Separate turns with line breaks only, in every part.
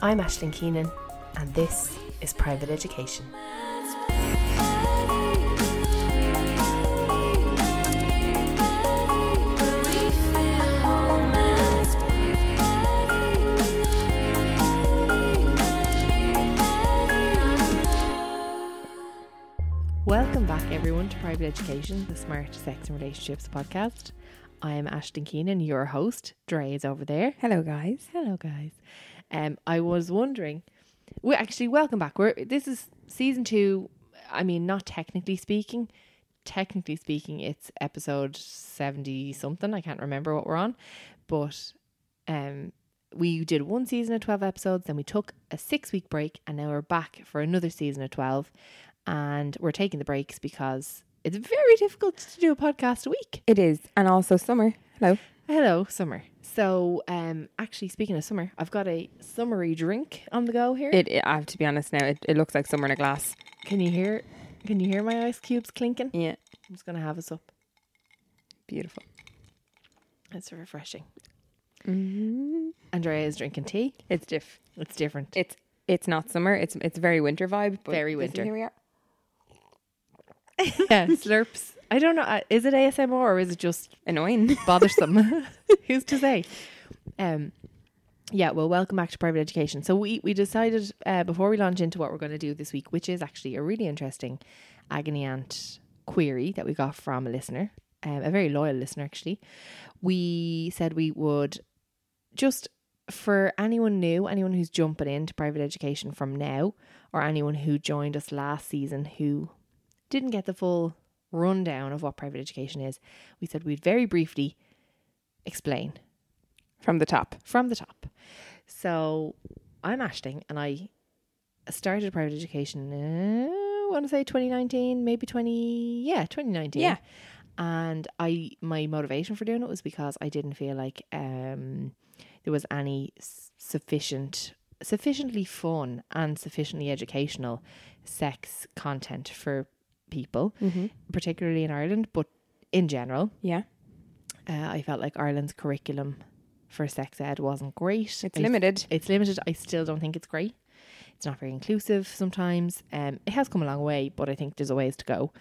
I'm Ashlyn Keenan, and this is Private Education. Welcome back, everyone, to Private Education, the Smart Sex and Relationships podcast. I am Ashton Keenan, your host. Dre is over there.
Hello, guys.
Hello, guys. Um, I was wondering. We actually welcome back. We're this is season two. I mean, not technically speaking. Technically speaking, it's episode seventy something. I can't remember what we're on, but um, we did one season of twelve episodes. Then we took a six week break, and now we're back for another season of twelve. And we're taking the breaks because it's very difficult to do a podcast a week.
It is, and also summer. Hello.
Hello, summer. So, um, actually, speaking of summer, I've got a summery drink on the go here.
It, it- I have to be honest now. It, it looks like summer in a glass.
can you hear? Can you hear my ice cubes clinking?
Yeah,
I'm just gonna have us up.
beautiful.
It's refreshing. Andrea is drinking tea.
It's diff.
It's different.
It's it's not summer. It's it's very winter vibe. But
Very
listen,
winter.
Here we are.
yeah, slurps. I don't know. uh, Is it ASMR or is it just
Annoying.
bothersome? Who's to say? Um, yeah. Well, welcome back to private education. So we we decided uh, before we launch into what we're going to do this week, which is actually a really interesting agony aunt query that we got from a listener, um, a very loyal listener actually. We said we would just for anyone new, anyone who's jumping into private education from now, or anyone who joined us last season who didn't get the full rundown of what private education is, we said we'd very briefly explain
From the top.
from the top. So I'm Ashton and I started private education, uh, I want to say 2019, maybe 20, yeah, 2019.
Yeah.
And I, my motivation for doing it was because I didn't feel like um, there was any s- sufficient, sufficiently fun and sufficiently educational sex content for people, particularly in Ireland, but in general.
Yeah.
Uh, I felt like Ireland's curriculum for sex ed wasn't great.
It's
I-
limited.
It's limited. I still don't think it's great. It's not very inclusive sometimes. Um, it has come a long way, but I think there's a ways to go.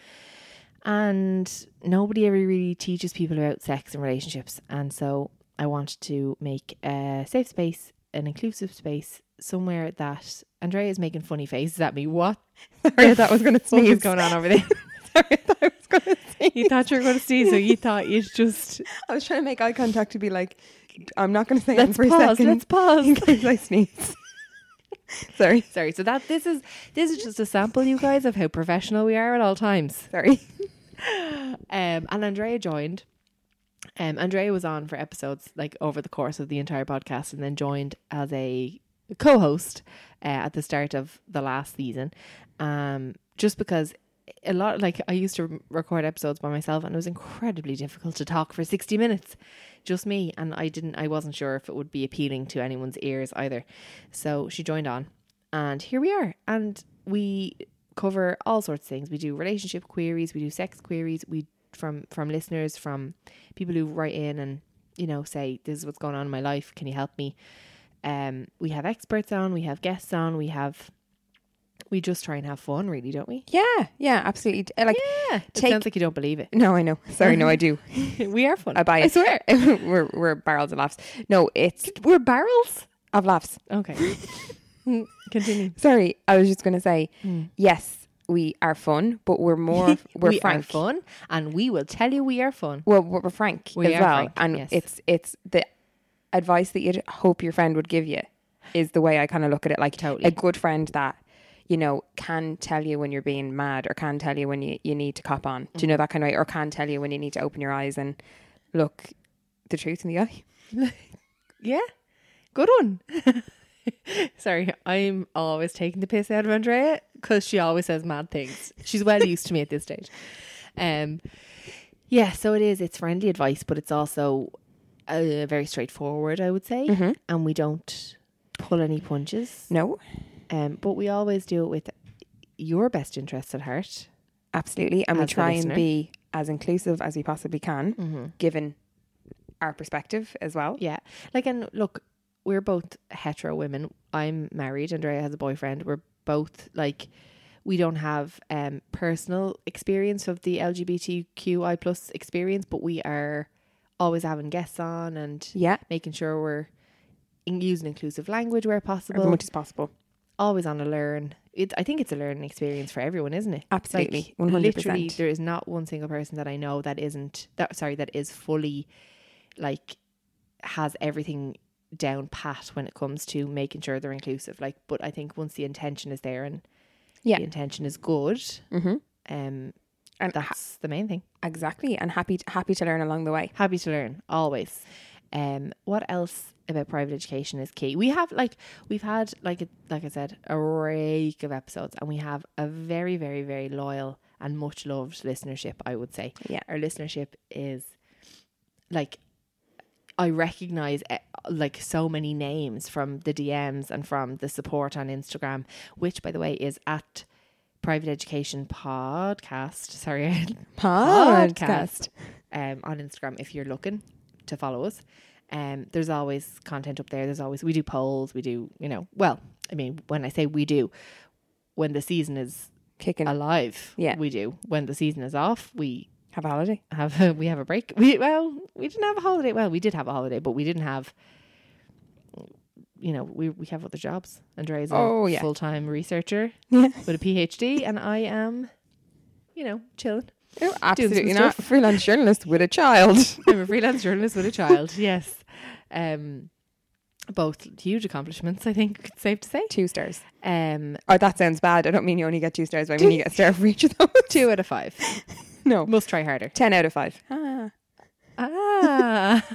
And nobody ever really teaches people about sex and relationships. And so I wanted to make a safe space, an inclusive space, somewhere that Andrea is making funny faces at me. What?
Sorry, that was going to
What was
sneeze.
going on over there?
Sorry, I thought I was going to
you
sneeze.
thought you were going to see, so you thought you'd just
I was trying to make eye contact to be like, I'm not going to say
let's
anything for a
pause.
2nd
Let's pause.
in case I sneeze. sorry.
Sorry. So that this is this is just a sample, you guys, of how professional we are at all times.
Sorry.
Um, and Andrea joined. Um, Andrea was on for episodes like over the course of the entire podcast, and then joined as a co-host uh, at the start of the last season. Um, just because a lot like I used to record episodes by myself, and it was incredibly difficult to talk for sixty minutes, just me, and I didn't, I wasn't sure if it would be appealing to anyone's ears either. So she joined on, and here we are, and we cover all sorts of things. We do relationship queries, we do sex queries, we from from listeners, from people who write in and you know say this is what's going on in my life. Can you help me? Um, we have experts on, we have guests on, we have. We just try and have fun, really, don't we?
Yeah. Yeah. Absolutely. Uh, Like,
Yeah, it
take-
sounds like you don't believe it.
no, I know. Sorry. No, I do.
we are fun.
I buy it.
I swear.
we're we're barrels of laughs. No, it's
We're barrels.
of laughs.
Okay. Continue.
Sorry, I was just going to say, yes, we are fun, but we're more
Hmm.
we're
we
frank.
are fun, and we will tell you we are fun.
Well, we're we're frank
We
as
are
well,
frank,
and
yes.
it's it's the advice that you'd hope your friend would give you is the way I kind of look at it. Like
Totally.
a good friend that you know, can tell you when you're being mad or can tell you when you, you need to cop on. Do you
Mm-hmm.
know that kind of way? Or can tell you when you need to open your eyes and look the truth in the eye.
Yeah. Good one. Sorry, I'm always taking the piss out of Andrea because she always says mad things. She's well used to me at this stage. Um, yeah, so it is. It's friendly advice, but it's also uh, very straightforward, I would say. And we don't pull any punches.
No,
Um, but we always do it with your best interests at heart.
absolutely. And
As the
we try
listener.
and be as inclusive as we possibly can, given our perspective as well.
Yeah. Like, and look, we're both hetero women. I'm married. Andrea has a boyfriend. We're both like, we don't have um, personal experience of the LGBTQI plus experience, but we are always having guests on and
Yeah.
making sure we're in- using inclusive language where possible.
As much as possible.
always on a learn. It, I think it's a learning experience for everyone, isn't it?
Absolutely,
Like,
100%.
literally, there is not one single person that I know that isn't that. Sorry, that is fully, like, has everything down pat when it comes to making sure they're inclusive. Like, but I think once the intention is there and
Yeah.
the intention is good, mm-hmm. um,
And ha-
that's the main thing.
exactly. And happy happy to learn along the way.
Happy to learn always. Um, what else about private education is key? We have like we've had like a, like I said a rake of episodes, and we have a very very very loyal and much loved listenership. I would say,
Yeah.
our listenership is like I recognize eh, like so many names from the DMs and from the support on Instagram, which by the way is at private education podcast. Sorry, I podcast um, on Instagram if you're looking to follow us. Um, there's always content up there. There's always we do polls. We do you know well. I mean, when I say we do, when the season is
Kicking.
alive,
Yeah.
we do. When the season is off, we
Have a holiday.
have a, we have a break. We well, we didn't have a holiday. Well, we did have a holiday, but we didn't have. You know, we we have other jobs. Andrea's a
Oh, yeah.
full time researcher
Yeah.
with a PhD, and I am, you know, chilling.
No, absolutely not.
stuff.
Freelance journalist with a child.
I'm a freelance journalist with a child. Yes, um, both huge accomplishments. I think it's safe to say.
two stars.
Um,
Oh, that sounds bad. I don't mean you only get two stars, but I mean you get a star for each of those.
two out of five.
No.
Must try harder.
Ten out of five. Ah.
Ah.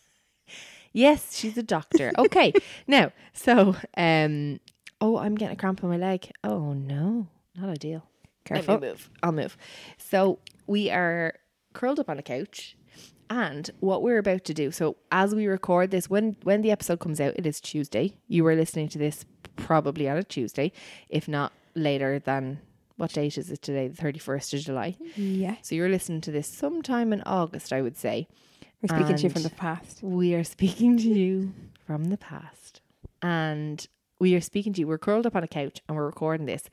yes, she's a doctor. Okay. now, so um oh, I'm getting a cramp on my leg. Oh no, not ideal.
Careful.
Let me move. I'll move. So we are curled up on a couch. And what we're about to do, so as we record this, when when the episode comes out, it is Tuesday. You were listening to this probably on a Tuesday, if not later than what date is it today? The thirty first of July.
Yeah.
So you're listening to this sometime in August, I would say.
We're speaking to you
And-
from the past.
We are speaking to you from the past. And we are speaking to you. We're curled up on a couch and we're recording this.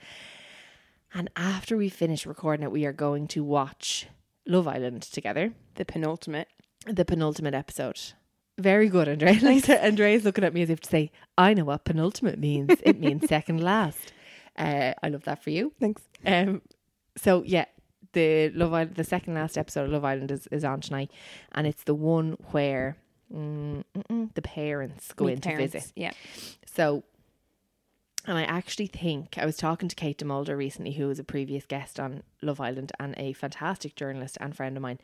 And after we finish recording it, we are going to watch Love Island together,
The penultimate.
the penultimate episode. Very good, Andre. Like Andre's looking at me as if to say, I know what penultimate means. It means second last. Uh, I love that for you.
Thanks.
Um, so yeah, the Love Island, the second last episode of Love Island is, is on tonight, and it's the one where mm, mm, mm, the parents go
Meet
in
the parents.
to visit.
Yeah.
So, and I actually think I was talking to Kate DeMolder recently, who was a previous guest on Love Island and a fantastic journalist and friend of mine,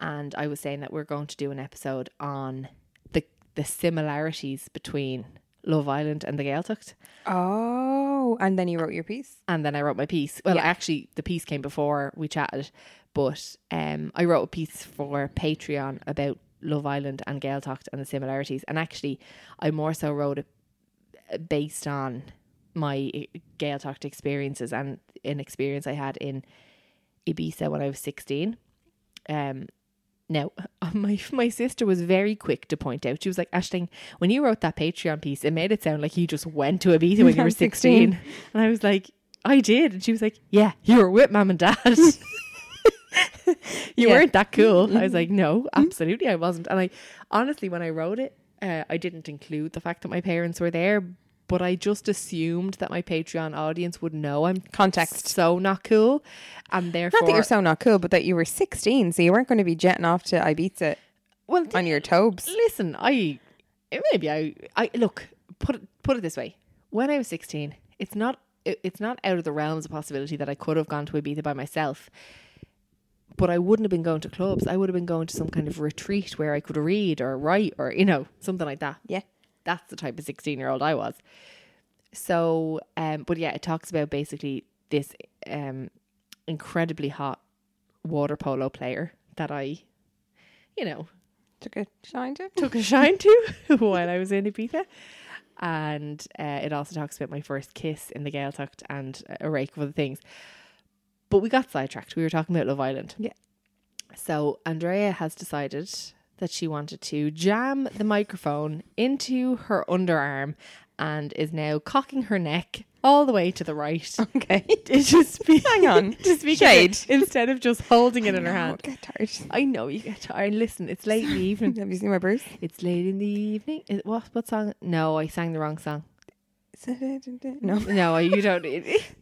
and I was saying that we're going to do an episode on the the similarities between Love Island and the Gaeltacht
Oh, and then you wrote your piece.
and then I wrote my piece. Well,
Yeah.
actually, the piece came before we chatted, but um, I wrote a piece for Patreon about Love Island and Gaeltacht and the similarities. And actually, I more so wrote it uh, based on my Gaeltacht experiences and an experience I had in Ibiza when I was sixteen. Um, now, my my sister was very quick to point out. She was like, "Ashling, when you wrote that Patreon piece, it made it sound like you just went to Ibiza when you were 16.
16.
And I was like, "I did," and she was like, "Yeah, you were with mom and dad." you
Yeah. Mm-hmm.
weren't that cool. I was like, "No, absolutely, I wasn't." And I honestly, when I wrote it, uh, I didn't include the fact that my parents were there, but I just assumed that my Patreon audience would know I'm
Context.
so not cool, and therefore,
Not that you're so not cool, but that you were 16, so you weren't going to be jetting off to Ibiza
well,
on your tobes.
Listen, I maybe I I look put it put it this way. When I was sixteen, it's not it, it's not out of the realms of possibility that I could have gone to Ibiza by myself. But I wouldn't have been going to clubs. I would have been going to some kind of retreat where I could read or write or you know something like that.
Yeah.
That's the type of 16 year old I was. So, um, but yeah, it talks about basically this um, incredibly hot water polo player that I, you know,
Took a shine to.
took a shine to while I was in Ibiza. And uh, it also talks about my first kiss in the Gaeltacht and uh, a rake of other things. But we got sidetracked. We were talking about Love Island.
Yeah.
So Andrea has decided that she wanted to jam the microphone into her underarm and is now cocking her neck all the way to the right.
Okay.
to speak,
Hang on.
to speak
Shade.
it instead of just holding it in her hand.
get tired.
I know you get tired. Listen, it's late in the evening.
Have you seen my Bruce?
It's late in the evening. Is, what what song? No, I sang the wrong song.
No.
No, I- you don't.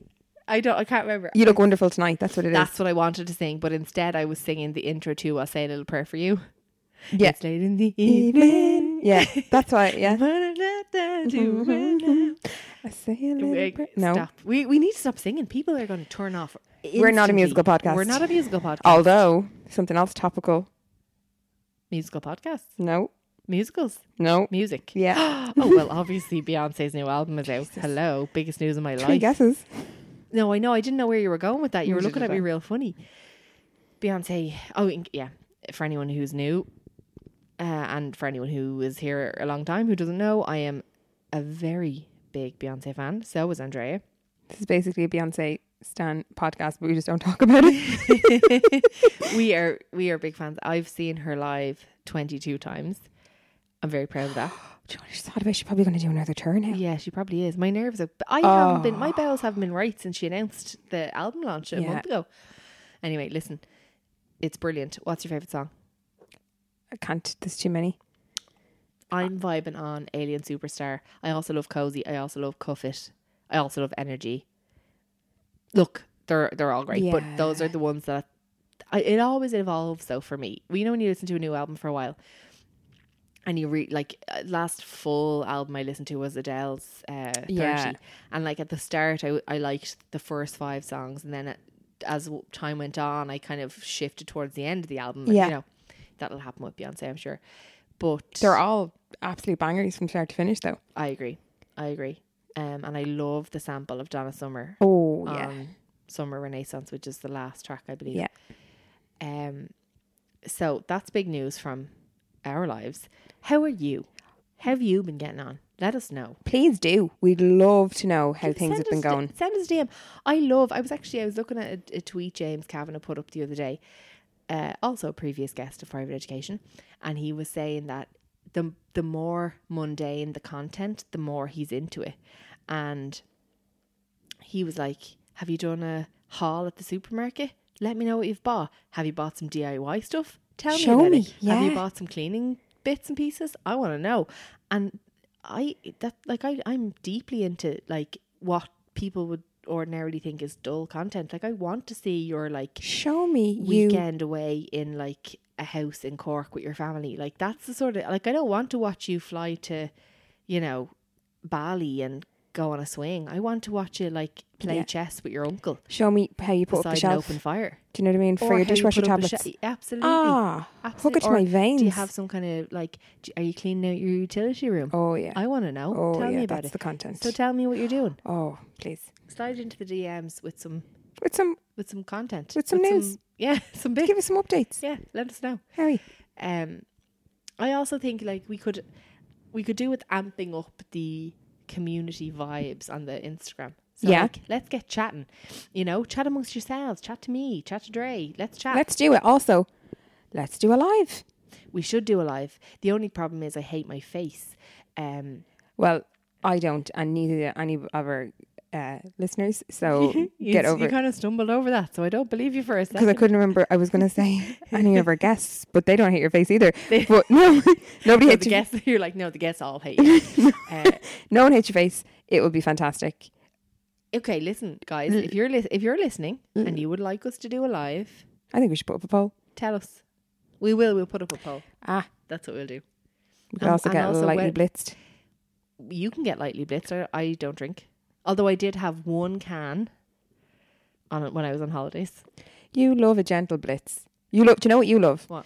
I don't. I can't remember.
You look wonderful tonight. That's what it is.
That's what I wanted to sing, but instead I was singing the intro to "I'll Say a Little Prayer for You."
Yeah.
It's late in the evening.
Yeah. That's why. Yeah.
Wait,
I say a little prayer. No.
Stop. We we need to stop singing. People are going to turn off.
We're not
instantly.
a musical podcast.
We're not a musical podcast.
Although something else topical.
musical podcasts.
No.
Musicals.
No.
Music.
Yeah.
oh well, obviously Beyonce's new album is out. Hello, biggest news of my
Three
life.
guesses.
No, I know. I didn't know where you were going with that. You were
Neither
looking
did
at me
I.
real funny. Beyonce. Oh, in- yeah. For anyone who's new, uh, and for anyone who is here a long time who doesn't know, I am a very big Beyonce fan. So was Andrea.
This is basically a Beyonce Stan podcast, but we just don't talk about it.
we are we are big fans. I've seen her live twenty two times. I'm very proud of that.
Do you know what I just thought about? She's probably going to do another turn now.
Yeah, she probably is. My nerves are. I haven't been. My bowels haven't been right since she announced the album launch a
Yeah.
month ago. Anyway, listen, it's brilliant. What's your favorite song?
I can't. There's too many.
I'm vibing on Alien Superstar. I also love Cozy. I also love Cuff It. I also love Energy. Look, they're they're all great, but
Yeah.
those are the ones that I, it always evolves. Though for me, we you know when you listen to a new album for a while, and you read like uh, last full album I listened to was Adele's uh, Thirty,
Yeah.
and like at the start I w- I liked the first five songs, and then it, as w- time went on, I kind of shifted towards the end of the album.
Yeah.
you know that'll happen with Beyonce, I'm sure. But
They're all absolute bangers from start to finish, though.
I agree. I agree. Um, and I love the sample of Donna Summer
Oh,
on
yeah.
Summer Renaissance, which is the last track, I believe.
Yeah.
Um, so that's big news from our lives. How are you? How have you been getting on? Let us know.
Please do. We'd love to know how things
Send
have been
us d-
going.
send us a DM. I love. I was actually I was looking at a, a tweet James Kavanagh put up the other day, uh, also a previous guest of private education, and he was saying that the the more mundane the content, the more he's into it, and he was like, "Have you done a haul at the supermarket? Let me know what you've bought. Have you bought some DIY stuff? Tell
Show
me. About
me,
It. Have you
yeah.
bought some cleaning bits and pieces? I want to know." And I that like I I'm deeply into like what people would ordinarily think is dull content. Like I want to see your like
Show me you.
weekend away in like a house in Cork with your family. Like that's the sort of like I don't want to watch you fly to, you know, Bali and go on a swing. I want to watch you like play
Yeah.
chess with your uncle
Show me how you put up the
beside an
shelf.
open fire.
Do you know what I mean? For
Or
your
how you
dishwasher
put up a
tablets.
sha- absolutely.
ah, hook
absolutely.
it to
Or
my veins.
Do you have some kind of like? do- Are you cleaning out your utility room?
oh yeah.
I want to know.
oh
tell
yeah.
me about
that's
it.
the content.
So tell me what you're doing.
oh please.
Slide into the DMs with some
With some,
with some content.
With some news.
yeah, some big
give us some updates,
yeah, let us know.
Harry.
Um I also think like we could we could do with amping up the community vibes on the Instagram. So
Yeah.
like, let's get chatting. You know, chat amongst yourselves, chat to me, chat to Dre, let's chat.
Let's do it. Also, let's do a live.
we should do a live. The only problem is I hate my face. Um
Well, I don't, and neither do any of our uh, listeners. So
you,
get over it.
kind of stumbled over that, so I don't believe you for a
Because I
second.
couldn't remember, I was going to say any of our guests, but they don't hate your face either. But no, nobody
So
hates
the
your,
guests, you're like, no, the guests all hate you. uh,
no one hates your face. It would be fantastic.
Okay, listen, guys. If you're lis- if you're listening
Mm.
and you would like us to do a live,
I think we should put up a poll.
tell us. We will. We'll put up a poll.
Ah,
That's what we'll do.
we could
Um,
also
and
get
also
lightly
when-
blitzed.
You can get lightly blitzed. I, I don't drink. Although I did have one can on it when I was on holidays.
You love a gentle blitz. You love. Do you know what you love?
What?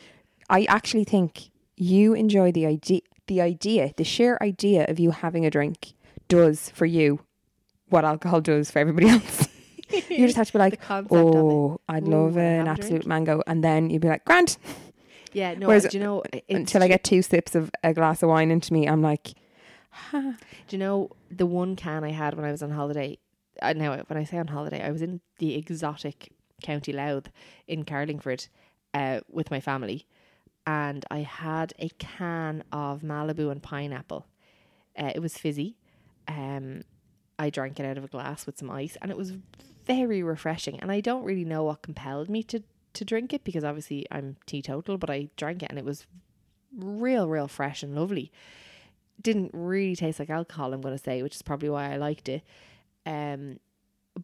I actually think you enjoy the idea, the idea, the sheer idea of you having a drink does for you what alcohol does for everybody else. you just have to be like,
concept of it.
oh, I'd
Ooh,
love
I'd have
an
a
absolute
drink."
mango, and then you'd be like, Grant.
Yeah, no,
Whereas-
do you know it's
Until I
ju-
get two sips of a glass of wine into me, I'm like,
Do you know the one can I had when I was on holiday? I know when I say on holiday, I was in the exotic County Louth in Carlingford uh, with my family, and I had a can of Malibu and pineapple. Uh, it was fizzy. Um, I drank it out of a glass with some ice, and it was very refreshing. And I don't really know what compelled me to to drink it because obviously I'm teetotal, but I drank it, and it was real, real fresh and lovely didn't really taste like alcohol, I'm gonna say, which is probably why I liked it. Um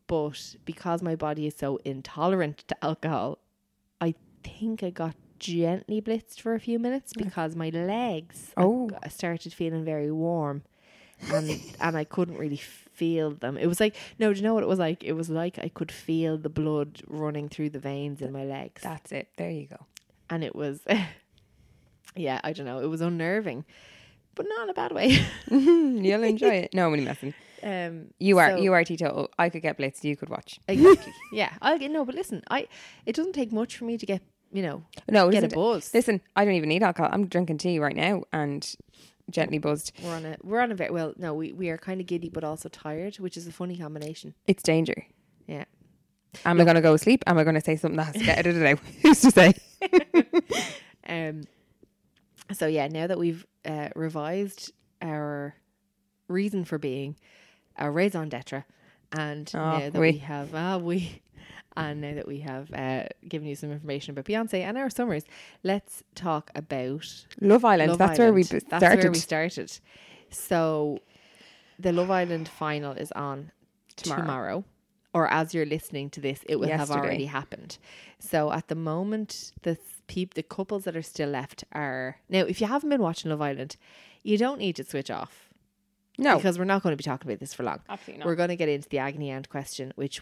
but because my body is so intolerant to alcohol, I think I got gently blitzed for a few minutes because my legs I
Oh.
g- started feeling very warm and and I couldn't really feel them. It was like no, do you know what it was like? It was like I could feel the blood running through the veins in my legs
that's it. There you go.
and it was yeah i don't know it was unnerving but not in a bad way
You'll enjoy it. No, I'm only messing.
um
You are
so-
you are teetotal. I could get blitzed. You could watch.
exactly yeah i no but listen i it doesn't take much for me to get you know
No,
get a
isn't it?
buzz
Listen, I don't even need alcohol. I'm drinking tea right now and gently buzzed.
we're on a we're on a very well no we, we are kind of giddy but also tired which is a funny combination
It's danger.
yeah
Am I going to go sleep? Am I going to say something that has to get edited out? Who's to say?
um so yeah now that we've uh, revised our reason for being our raison d'etre and
Ah,
now that
we.
we have ah we and now that we have uh, given you some information about Beyonce and our summers let's talk about
Love Island.
Love
That's where we b-
Island.
started.
That's where we started. So, the Love Island final is on
Tomorrow.
tomorrow. or as you're listening to this, it will
Yesterday.
have already happened. So, at the moment, the s- peop- the couples that are still left are now. If you haven't been watching Love Island, you don't need to switch off
no,
because we're not going to be talking about this for long.
Absolutely not.
We're going to get into the agony aunt question, which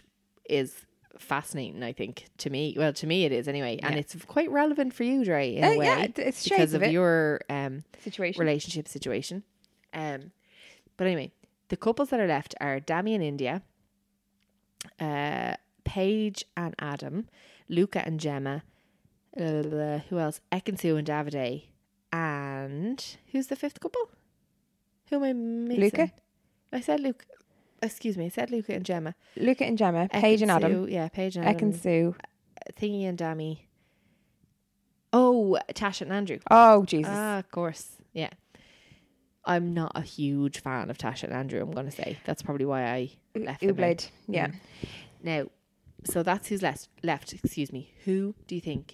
is fascinating, I think, to me. Well, to me it is anyway, and it's quite relevant for you, Dre, in
Uh,
a
yeah,
way,
it- it's shades
because
of
of,
it.
your um,
situation.
relationship situation. Um, but anyway, the couples that are left are Dami and India, uh, Paige and Adam, Luca and Gemma, uh, who else? Ekansu and Davide, and who's the fifth couple? Who am I missing?
Luca?
I said Luca. Excuse me, I said Luca and Gemma.
Luca and Gemma, Paige and Adam,
Ekansu- Yeah, Paige and Adam.
Ekin Sue.
Thingy and Dami. Oh, Tasha and Andrew.
Oh Jesus!
Ah, of course. Yeah. I'm not a huge fan of Tasha and Andrew, I'm going to say. That's probably why I left them out.
Ublade. Yeah.
Mm. Now, so that's who's left, left, excuse me. Who do you think?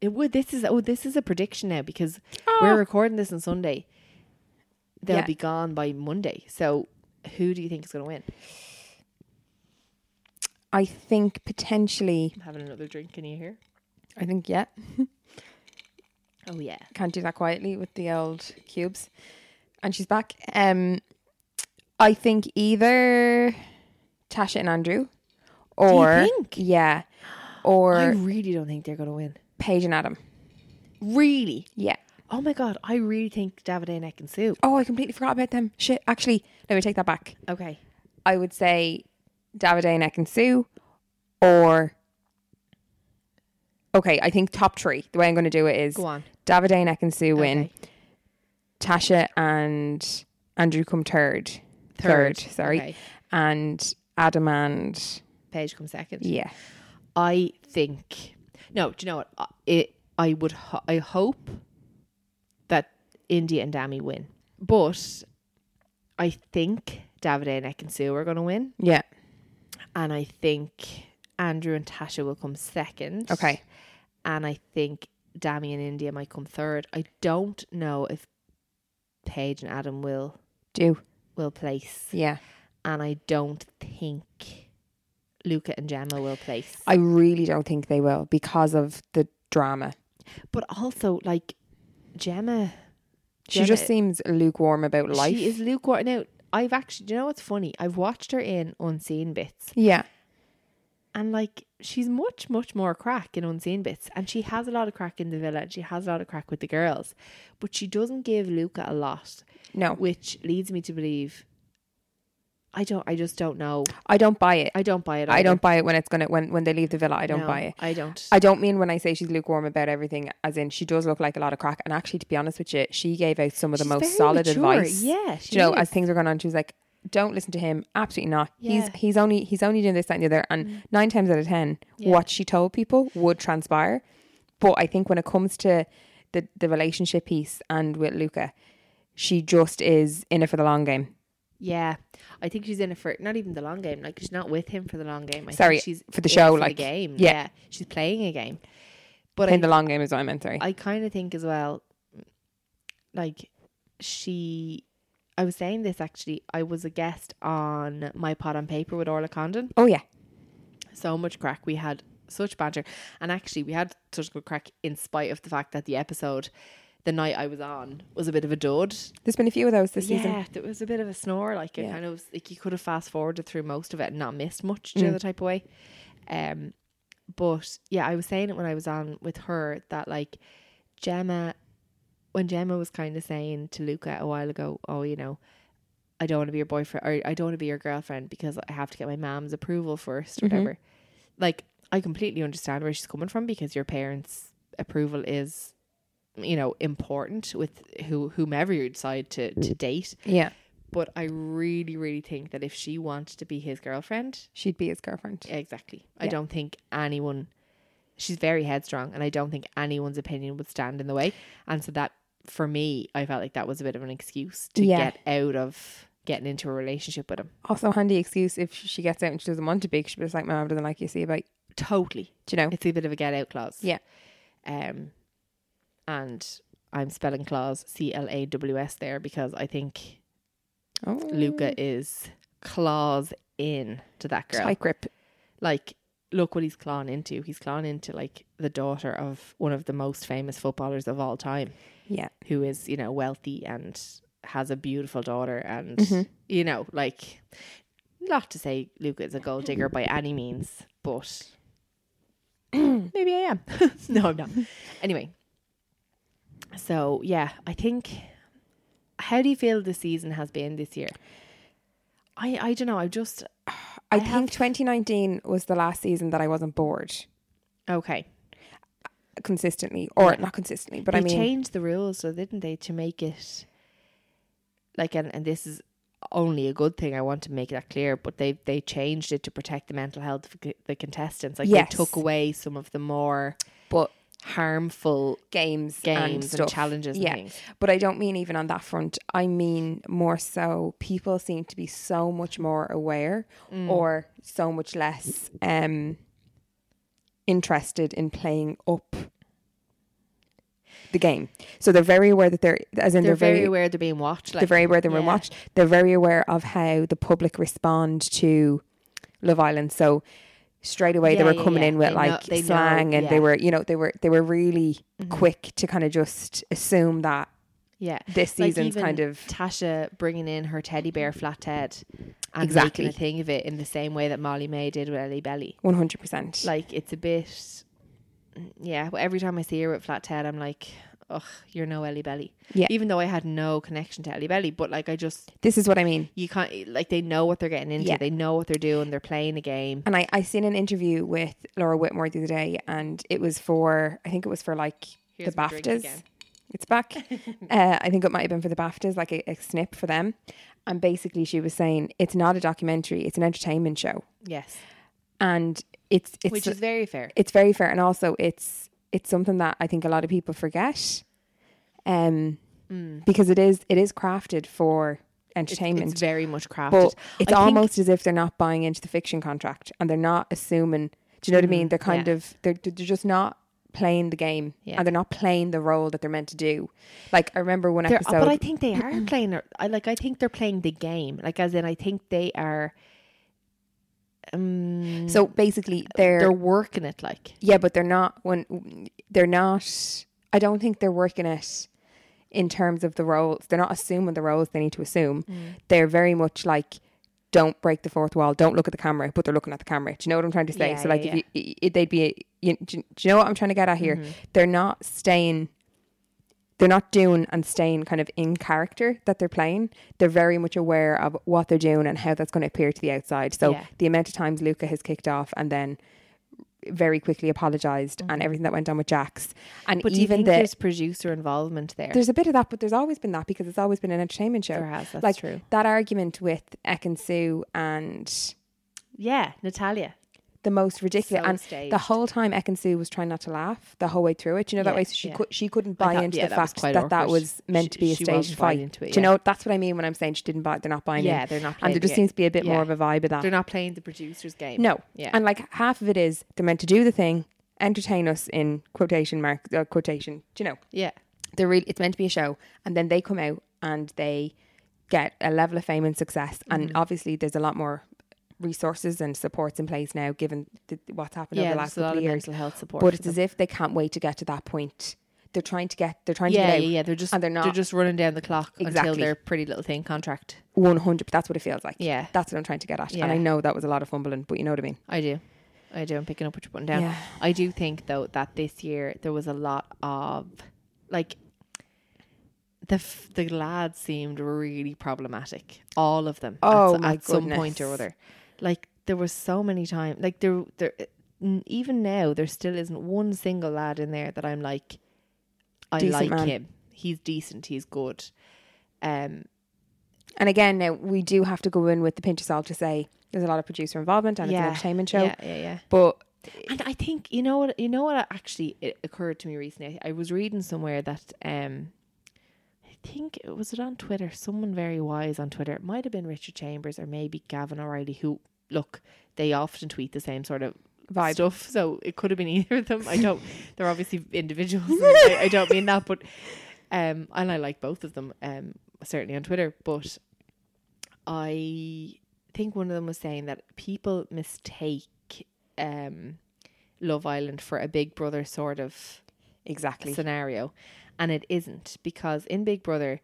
It would this is oh this is a prediction now because
Oh.
we're recording this on Sunday. They'll
Yeah.
be gone by Monday. So who do you think is going to win?
I think potentially.
I'm having another drink. Can you hear?
I think yeah.
Oh yeah.
Can't do that quietly with the old cubes. And she's back. Um, I think either Tasha and Andrew, or
think?
yeah,
I
or
really don't think they're going to win.
Paige and Adam.
Really?
Yeah.
Oh my god, I really think Davide and Ekin Sue.
Oh, I completely forgot about them. Shit. Actually, let me take that back.
Okay.
I would say Davide and Ekin Sue, or okay. I think top three. The way I'm going to do it is
Go on.
Davide and Ekin Sue win.
Okay.
Tasha and Andrew come third.
Third.
sorry.
Okay.
And Adam and
Paige comes second.
yeah.
I think no. Do you know what? I- It. I would. Ho- I hope that India and Dami win, but I think Davide and Ekansu are going to win,
Yeah.
and I think Andrew and Tasha will come second.
Okay.
and I think Dami and India might come third. I don't know if Paige and Adam will
Do.
will place,
Yeah.
and I don't think Luca and Gemma will place.
I really don't think they will because of the drama.
But also, like Gemma,
She
Gemma-
just seems lukewarm about life.
She is lukewarm. Now, I've actually, do you know what's funny? I've watched her in Unseen Bits,
Yeah.
and like she's much, much more crack in Unseen Bits, and she has a lot of crack in the villa, and she has a lot of crack with the girls, but she doesn't give Luca a lot,
No.
which leads me to believe. I don't. I just don't know.
I don't buy it.
I don't buy it.
I
either.
don't buy it when it's gonna when when they leave the villa. I don't
No,
buy it.
I don't.
I don't mean when I say she's lukewarm about everything, as in she does look like a lot of crack. And actually, to be honest with you, she gave out some of the
She's very
most solid
mature.
advice.
Yeah,
Do
she
you know,
is.
as things were going on, she was like, "Don't listen to him. Absolutely not.
Yeah. Mm.
He's he's only he's only doing this, that, and the other." And nine times out of ten, what she told people would transpire. But I think when it comes to the the relationship piece and with Luca, she just is in it for the long game.
Yeah, I think she's in it for not even the long game. Like she's not with him for the long game. I
Sorry,
think she's
for the
in it
show,
for
like,
the game.
yeah.
Yeah. she's playing a game. But
Playing
I,
the long game is what I meant. Sorry.
I kind of think as well, like she. I was saying this actually. I was a guest on my pot on paper with Orla Condon.
oh yeah,
So much crack. We had such banter, and actually, we had such good crack in spite of the fact that the episode, the night I was on, was a bit of a dud.
there's been a few of those this season.
Yeah, there was a bit of a snore. Like it
Yeah.
kind of was, like you could have fast forwarded through most of it and not missed much.
Mm.
Do you know the type of way? Um, but yeah, I was saying it when I was on with her that like Gemma, when Gemma was kind of saying to Luca a while ago, oh, you know. I don't want to be your boyfriend or I don't want to be your girlfriend because I have to get my mom's approval first or
Mm-hmm.
whatever. Like I completely understand where she's coming from because your parents' approval is you know important with who whomever you decide to to date
Yeah,
but i really really think that if she wanted to be his girlfriend
she'd be his girlfriend.
exactly i don't think anyone she's very headstrong and i don't think anyone's opinion would stand in the way and so that for me i felt like that was a bit of an excuse to
Yeah.
get out of getting into a relationship with him
also handy excuse if she gets out and she doesn't want to be 'cause she'll be just like my mom doesn't like you see about
totally
do you know
it's a bit of a get out clause
yeah
um and i'm spelling clause c-l-a-w-s there because i think
oh
Luca is claws in to that girl.
tight grip
Like, look what he's clawing into. He's clawing into like the daughter of one of the most famous footballers of all time,
yeah
who is you know wealthy and has a beautiful daughter, and you know like not to say Luca is a gold digger by any means, but maybe I am. no, I'm not. Anyway, so yeah, I think. How do you feel the season has been this year? I I don't know. I just
I, think 2019 was the last season that I wasn't bored
okay.
consistently or not consistently but
they
I mean
changed the rules, though, didn't they, to make it like and, and this is only a good thing. I want to make that clear, but they they changed it to protect the mental health of c- the contestants. Like
Yes.
they took away some of the more
but
harmful.
games
Games
and
and
stuff.
challenges and
yeah
things.
but I don't mean even on that front I mean more so people seem to be so much more aware
Mm.
or so much less um interested in playing up the game so they're very aware that they're as in
They're
they're,
very aware they're being watched. Like
they're very aware they're being
yeah.
watched. They're very aware of how the public respond to Love Island. So straight away they
Yeah,
were
yeah,
coming
yeah.
in with
They know-
like
they know,
slang, and they
yeah. Mm-hmm.
were you know they were they were really quick to kind of just assume that
yeah.
this
Like
season's
even
kind of
Tasha bringing in her teddy bear flathead and
Exactly.
making a thing of it in the same way that Molly May did with Ellie Belly.
one hundred percent.
like it's a bit yeah but every time i see her with flat ted i'm like ugh you're no ellie belly
Yeah.
even though i had no connection to ellie belly but like i just
This is what I mean.
you can't like they know what they're getting into
Yeah.
they know what they're doing they're playing a game
And I, I seen an interview with Laura Whitmore the other day, and it was for I think it was for like
Here's
the
my drink
BAFTAs.
again.
It's back. uh, I think it might have been for the BAFTAs, like a, a snip for them. And basically, she was saying it's not a documentary; it's an entertainment show,
yes
and it's it's
which is very fair
it's very fair, and also it's it's something that I think a lot of people forget, um, because it is it is crafted for entertainment.
Mm. it's very much crafted
But it's
I think-
almost as if they're not buying into the fiction contract and they're not assuming. Do you know what I mean? They're kind
Mm, yeah.
of they're they're just not playing the game
Yeah.
and they're not playing the role that they're meant to do. Like I remember one
They're-
episode.
but I think they are playing. a- I like. I think they're playing the game. Like as in, I think they are. Um,
so basically, they're,
they're working it. Like
yeah, but they're not when they're not. I don't think they're working it in terms of the roles. They're not assuming the roles they need to assume.
Mm.
They're very much like, don't break the fourth wall, don't look at the camera, but they're looking at the camera. Do you know what I'm trying to say?
Yeah,
so, like,
yeah, Mm-hmm.
if you, i- i they'd be, you, do you know what I'm trying to get at here? They're not staying. They're not doing and staying kind of in character that they're playing. They're very much aware of what they're doing and how that's going to appear to the outside. So
Yeah.
the amount of times Luca has kicked off and then very quickly apologized and everything that went on with Jax and
Mm. But do you
even
think
the
there's producer involvement there?
there's a bit of that, but there's always been that because it's always been an entertainment show.
There has, that's
like
true.
that argument with Ek and Sue and
yeah, Natalia.
the most ridiculous
So
and
staged.
the whole time Ek and Sue was trying not to laugh the whole way through it. You know that
Yeah,
way so she
yeah.
could she couldn't
I
buy
thought-
into
yeah,
the
that was
fact
quite
that that
awkward.
was meant to be a
She- she wasn't
staged
buying
fight.
into it,
Do you
yeah.
know that's what I mean when I'm saying she didn't buy they're not buying
Yeah,
in.
they're not
and
playing
there just
it.
seems to be a bit
Yeah.
more of a vibe of that.
They're not playing the producer's game.
No.
Yeah.
And like half of it is they're meant to do the thing, entertain us in quotation mark uh, quotation. Do you know?
yeah.
They're really it's meant to be a show, and then they come out and they get a level of fame and success. And
Mm-hmm.
obviously, there's a lot more resources and supports in place now, given th- what's happened
Yeah,
over the
there's
last
a lot of
couple of years.
mental health support.
But
for
it's
them.
as if they can't wait to get to that point. They're trying to get. They're trying
yeah,
to get
yeah, yeah. They're just
and they're not.
They're just running down the clock until
Exactly.
their pretty little thing contract.
one hundred. That's what it feels like.
Yeah.
that's what I'm trying to get at.
Yeah.
And I know that was a lot of fumbling, but you know what I mean.
I do. I do. I'm picking up what you're putting down.
Yeah.
I do think though that this year there was a lot of like the f- the lads seemed really problematic. All of them. at
Oh,
so- at,
my
some point or
goodness.
other. Like there was so many times. Like there there n- even now there still isn't one single lad in there that I'm like I like
Decent man.
him. He's decent. He's good. Um.
And again, now we do have to go in with the pinch of salt to say there's a lot of producer involvement and it's an entertainment show.
Yeah. Yeah. Yeah.
But
And I think you know what you know what actually it occurred to me recently. I was reading somewhere that um, I think it was it on Twitter. Someone very wise on Twitter. It might have been Richard Chambers or maybe Gavin O'Reilly. Who look, they often tweet the same sort of
Vibe.
stuff. So it could have been either of them. I don't. they're obviously individuals. and I, I don't mean that, but um, and I like both of them. Um, certainly on Twitter, but I think one of them was saying that people mistake um Love Island for a Big Brother sort of
exactly.
scenario, and it isn't because in Big Brother,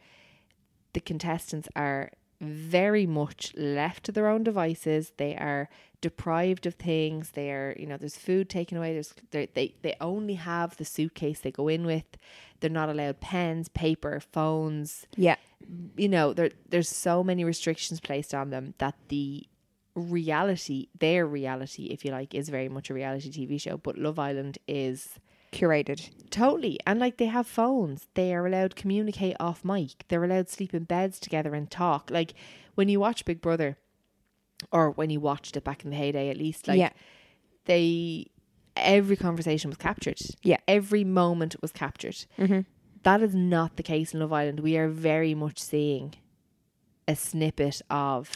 the contestants are very much left to their own devices. They are deprived of things. They are, you know, there's food taken away. There's they they they only have the suitcase they go in with. They're not allowed pens, paper, phones.
yeah.
You know, there there's so many restrictions placed on them that the reality, their reality, if you like, is very much a reality TV show. But Love Island is
Curated.
Totally. And like they have phones. They are allowed to communicate off mic. They're allowed to sleep in beds together and talk. Like when you watch Big Brother or when you watched it back in the heyday at least, like
yeah.
they every conversation was captured.
Yeah. Mm-hmm.
Every moment was captured. That is not the case in Love Island. We are very much seeing a snippet of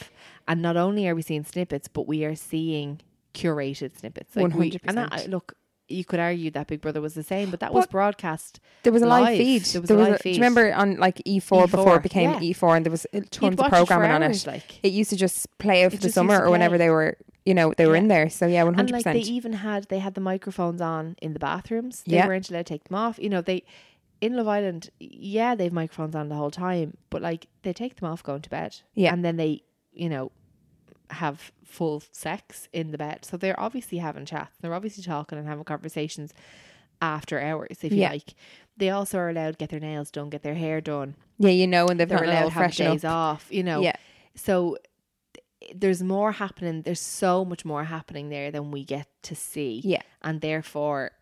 and not only are we seeing snippets, but we are seeing curated snippets. we- and that,
100%.
I- look, you could argue that Big Brother was the same, but that was
But
broadcast.
There was a live, feed.
There was a live
Do
feed.
you remember on like E4, before
E4,
it became
yeah.
E4 and there was uh, tons of
watch it for
programming on
hours,
it?
like.
it used to just play out for
It
the
just used
summer
to
or whenever
play.
they were, you know, they were
Yeah.
in there. So yeah, 100%.
And like E they even had they had the microphones on in the bathrooms. They
Yeah.
weren't allowed to take them off. You know, they in Love Island, yeah, they've microphones on the whole time, but like they take them off going to bed.
Yeah.
And then they, you know, have full sex in the bed. So they're obviously having chats. They're obviously talking and having conversations after hours, if you
Yeah.
like. They also are allowed to get their nails done, get their hair done.
yeah, you know, and they've
they're
not
allowed
allowed
to have
fresh up.
days off, you know.
Yeah.
So th- there's more happening. There's so much more happening there than we get to see.
Yeah.
And therefore,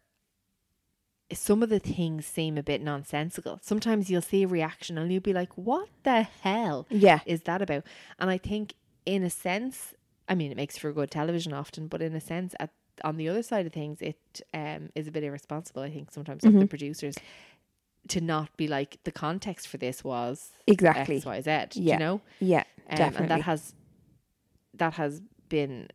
some of the things seem a bit nonsensical. Sometimes you'll see a reaction and you'll be like, what the hell
Yeah.
is that about? And I think, in a sense, I mean, it makes for good television often, but in a sense, at on the other side of things, it um, is a bit irresponsible, I think, sometimes of
Mm-hmm.
the producers to not be like, the context for this was
Exactly.
X, Y, Z. do
Yeah.
You know,
Yeah,
Um,
definitely.
and that has that has been,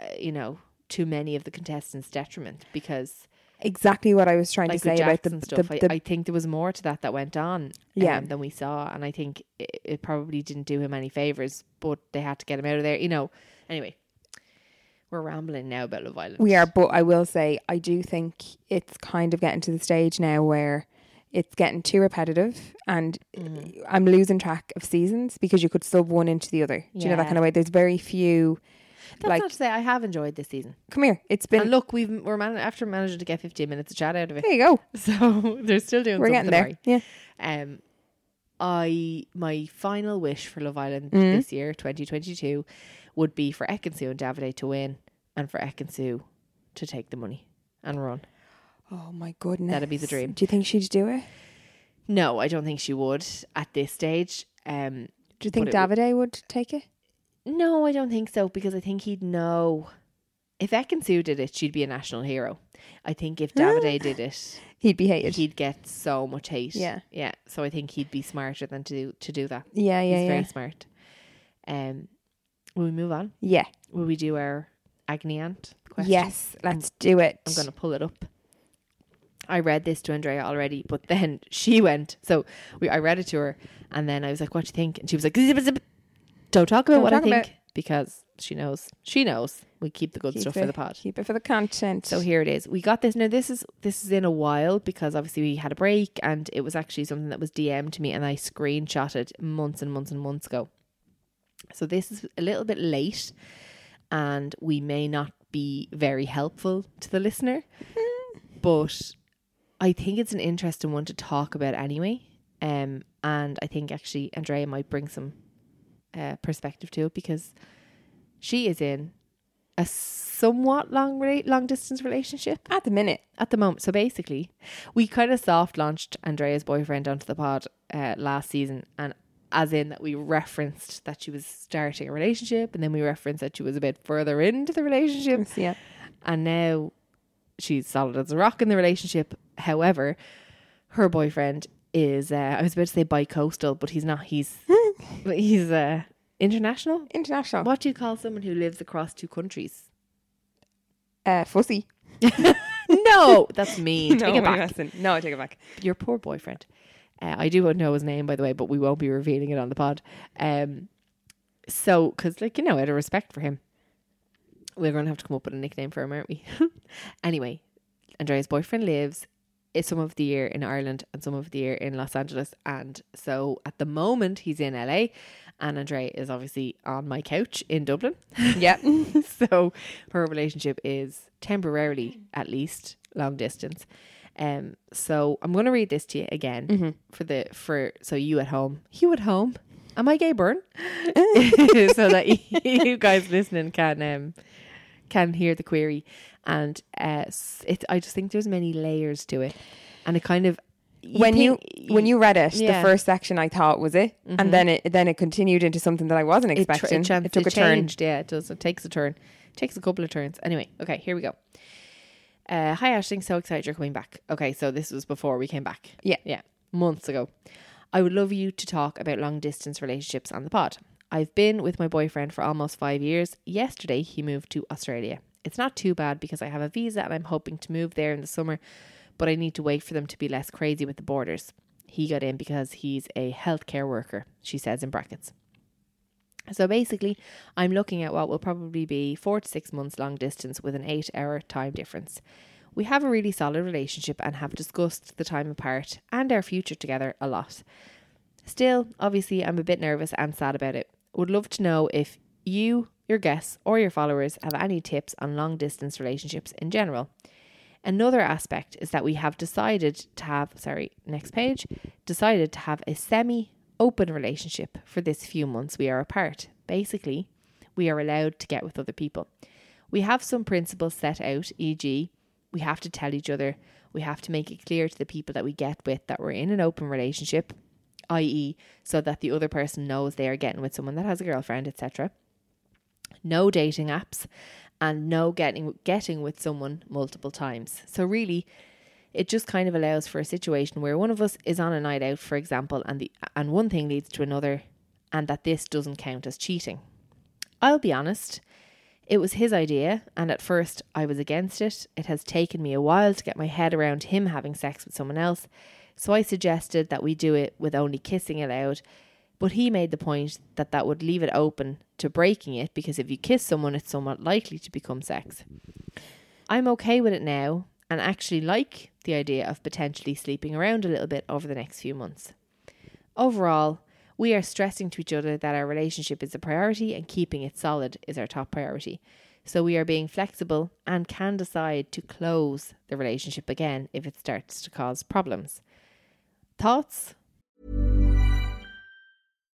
uh, you know, to many of the contestants' detriment because,
exactly what I was trying
like
to say
with
about
Jax
the,
and
the,
stuff,
the
I, I think there was more to that that went on,
Yeah.
um, than we saw, and I think it, it probably didn't do him any favors, but they had to get him out of there. You know, anyway, we're rambling now about Love Island.
We are, but I will say, I do think it's kind of getting to the stage now where it's getting too repetitive and
Mm.
I'm losing track of seasons because you could sub one into the other. Do you know that
Yeah.
kind of way? There's very few.
That's
like,
not to say I have enjoyed this season.
come here. It's been.
and look, we've we're man- after managing to get 15 minutes of chat out of it.
there you go.
So they're still doing
We're
something
getting there.
right.
Yeah.
Um, I my final wish for Love Island
Mm-hmm.
this year, 2022, would be for Ekansu and Davide to win, and for Ekansu to take the money and run.
Oh my goodness.
That'd be the dream.
Do you think she'd do it?
No, I don't think she would at this stage. Um,
Do you think
it would-
Davide would take it?
no, I don't think so because I think he'd know. If Ekansu did it, she'd be a national hero. I think if Davide did it,
He'd be hated.
he'd get so much hate.
Ah. Yeah.
yeah. So I think he'd be smarter than to do to do that.
yeah, yeah,
He's
yeah.
very smart. Um, will we move on?
Yeah.
Will we do our agony aunt question?
Yes. Let's do it.
I'm going to pull it up. I read this to Andrea already, but then she went. So we, I read it to her, and then I was like, "What do you think?" And she was like, zip, zip. "Don't talk about
Don't
what
talk
I think
about
because she knows. She knows. We keep the good
Keep
stuff
it-
for the pod."
Keep it for the content.
So here it is. We got this. Now this is this is in a while because obviously we had a break and it was actually something that was DM'd to me and I screenshotted months and months and months ago. So this is a little bit late and we may not be very helpful to the listener. but I think it's an interesting one to talk about anyway. Um and I think actually Andrea might bring some uh, perspective to it because she is in a somewhat long rela- long distance relationship
at the minute,
at the moment. So basically, we kind of soft launched Andrea's boyfriend onto the pod uh, last season, and as in that we referenced that she was starting a relationship, and then we referenced that she was a bit further into the relationship,
yeah,
and now she's solid as a rock in the relationship. However, her boyfriend is uh, I was about to say bi-coastal, but he's not. He's he's uh, international.
international.
What do you call someone who lives across two countries?
Uh, fussy.
No, that's mean. Take it
my
back.
lesson. No, I take it back.
Your poor boyfriend. Uh, I do know his name, by the way, but we won't be revealing it on the pod. Um, so, because like you know, out of respect for him, we're going to have to come up with a nickname for him, aren't we? anyway, Andrea's boyfriend lives i- some of the year in Ireland and some of the year in Los Angeles, and so at the moment he's in LA, and Andrea is obviously on my couch in Dublin.
Yeah.
so her relationship is temporarily at least long distance um so i'm going to read this to you again
Mm-hmm.
for the for so you at home you at home am i gay burn so that you guys listening can um can hear the query and uh s- it i just think there's many layers to it and it kind of
when
think-
you when you read it,
Yeah. Mm-hmm.
the first section I thought was it, and then it then it continued into something that I wasn't
it, tr-
expecting.
It,
It,
chan- it
took a turn.
changed. Yeah, it does. It takes a turn. takes a couple of turns. Anyway, okay, here we go. Uh, hi, Ashling. So excited you're coming back. Okay, so this was before we came back.
Yeah.
Yeah, months ago. I would love you to talk about long distance relationships on the pod. I've been with my boyfriend for almost five years. Yesterday, he moved to Australia. It's not too bad because I have a visa and I'm hoping to move there in the summer, but I need to wait for them to be less crazy with the borders. He got in because he's a healthcare worker, she says in brackets. So basically, I'm looking at what will probably be four to six months long distance with an eight hour time difference. We have a really solid relationship and have discussed the time apart and our future together a lot. Still, obviously, I'm a bit nervous and sad about it. Would love to know if you, your guests, or your followers have any tips on long distance relationships in general. Another aspect is that we have decided to have, sorry, next page, decided to have a semi open relationship for this few months we are apart. Basically, we are allowed to get with other people. We have some principles set out, e.g., we have to tell each other, we have to make it clear to the people that we get with that we're in an open relationship, i.e., E, so that the other person knows they are getting with someone that has a girlfriend, etc no dating apps and no getting getting with someone multiple times. So really it just kind of allows for a situation where one of us is on a night out for example and the and one thing leads to another and that this doesn't count as cheating. I'll be honest, it was his idea, and at first I was against it. It has taken me a while to get my head around him having sex with someone else, so I suggested that we do it with only kissing allowed. But he made the point that that would leave it open to breaking it because if you kiss someone, it's somewhat likely to become sex. I'm okay with it now, and actually like the idea of potentially sleeping around a little bit over the next few months. Overall, we are stressing to each other that our relationship is a priority and keeping it solid is our top priority. So we are being flexible and can decide to close the relationship again if it starts to cause problems. Thoughts?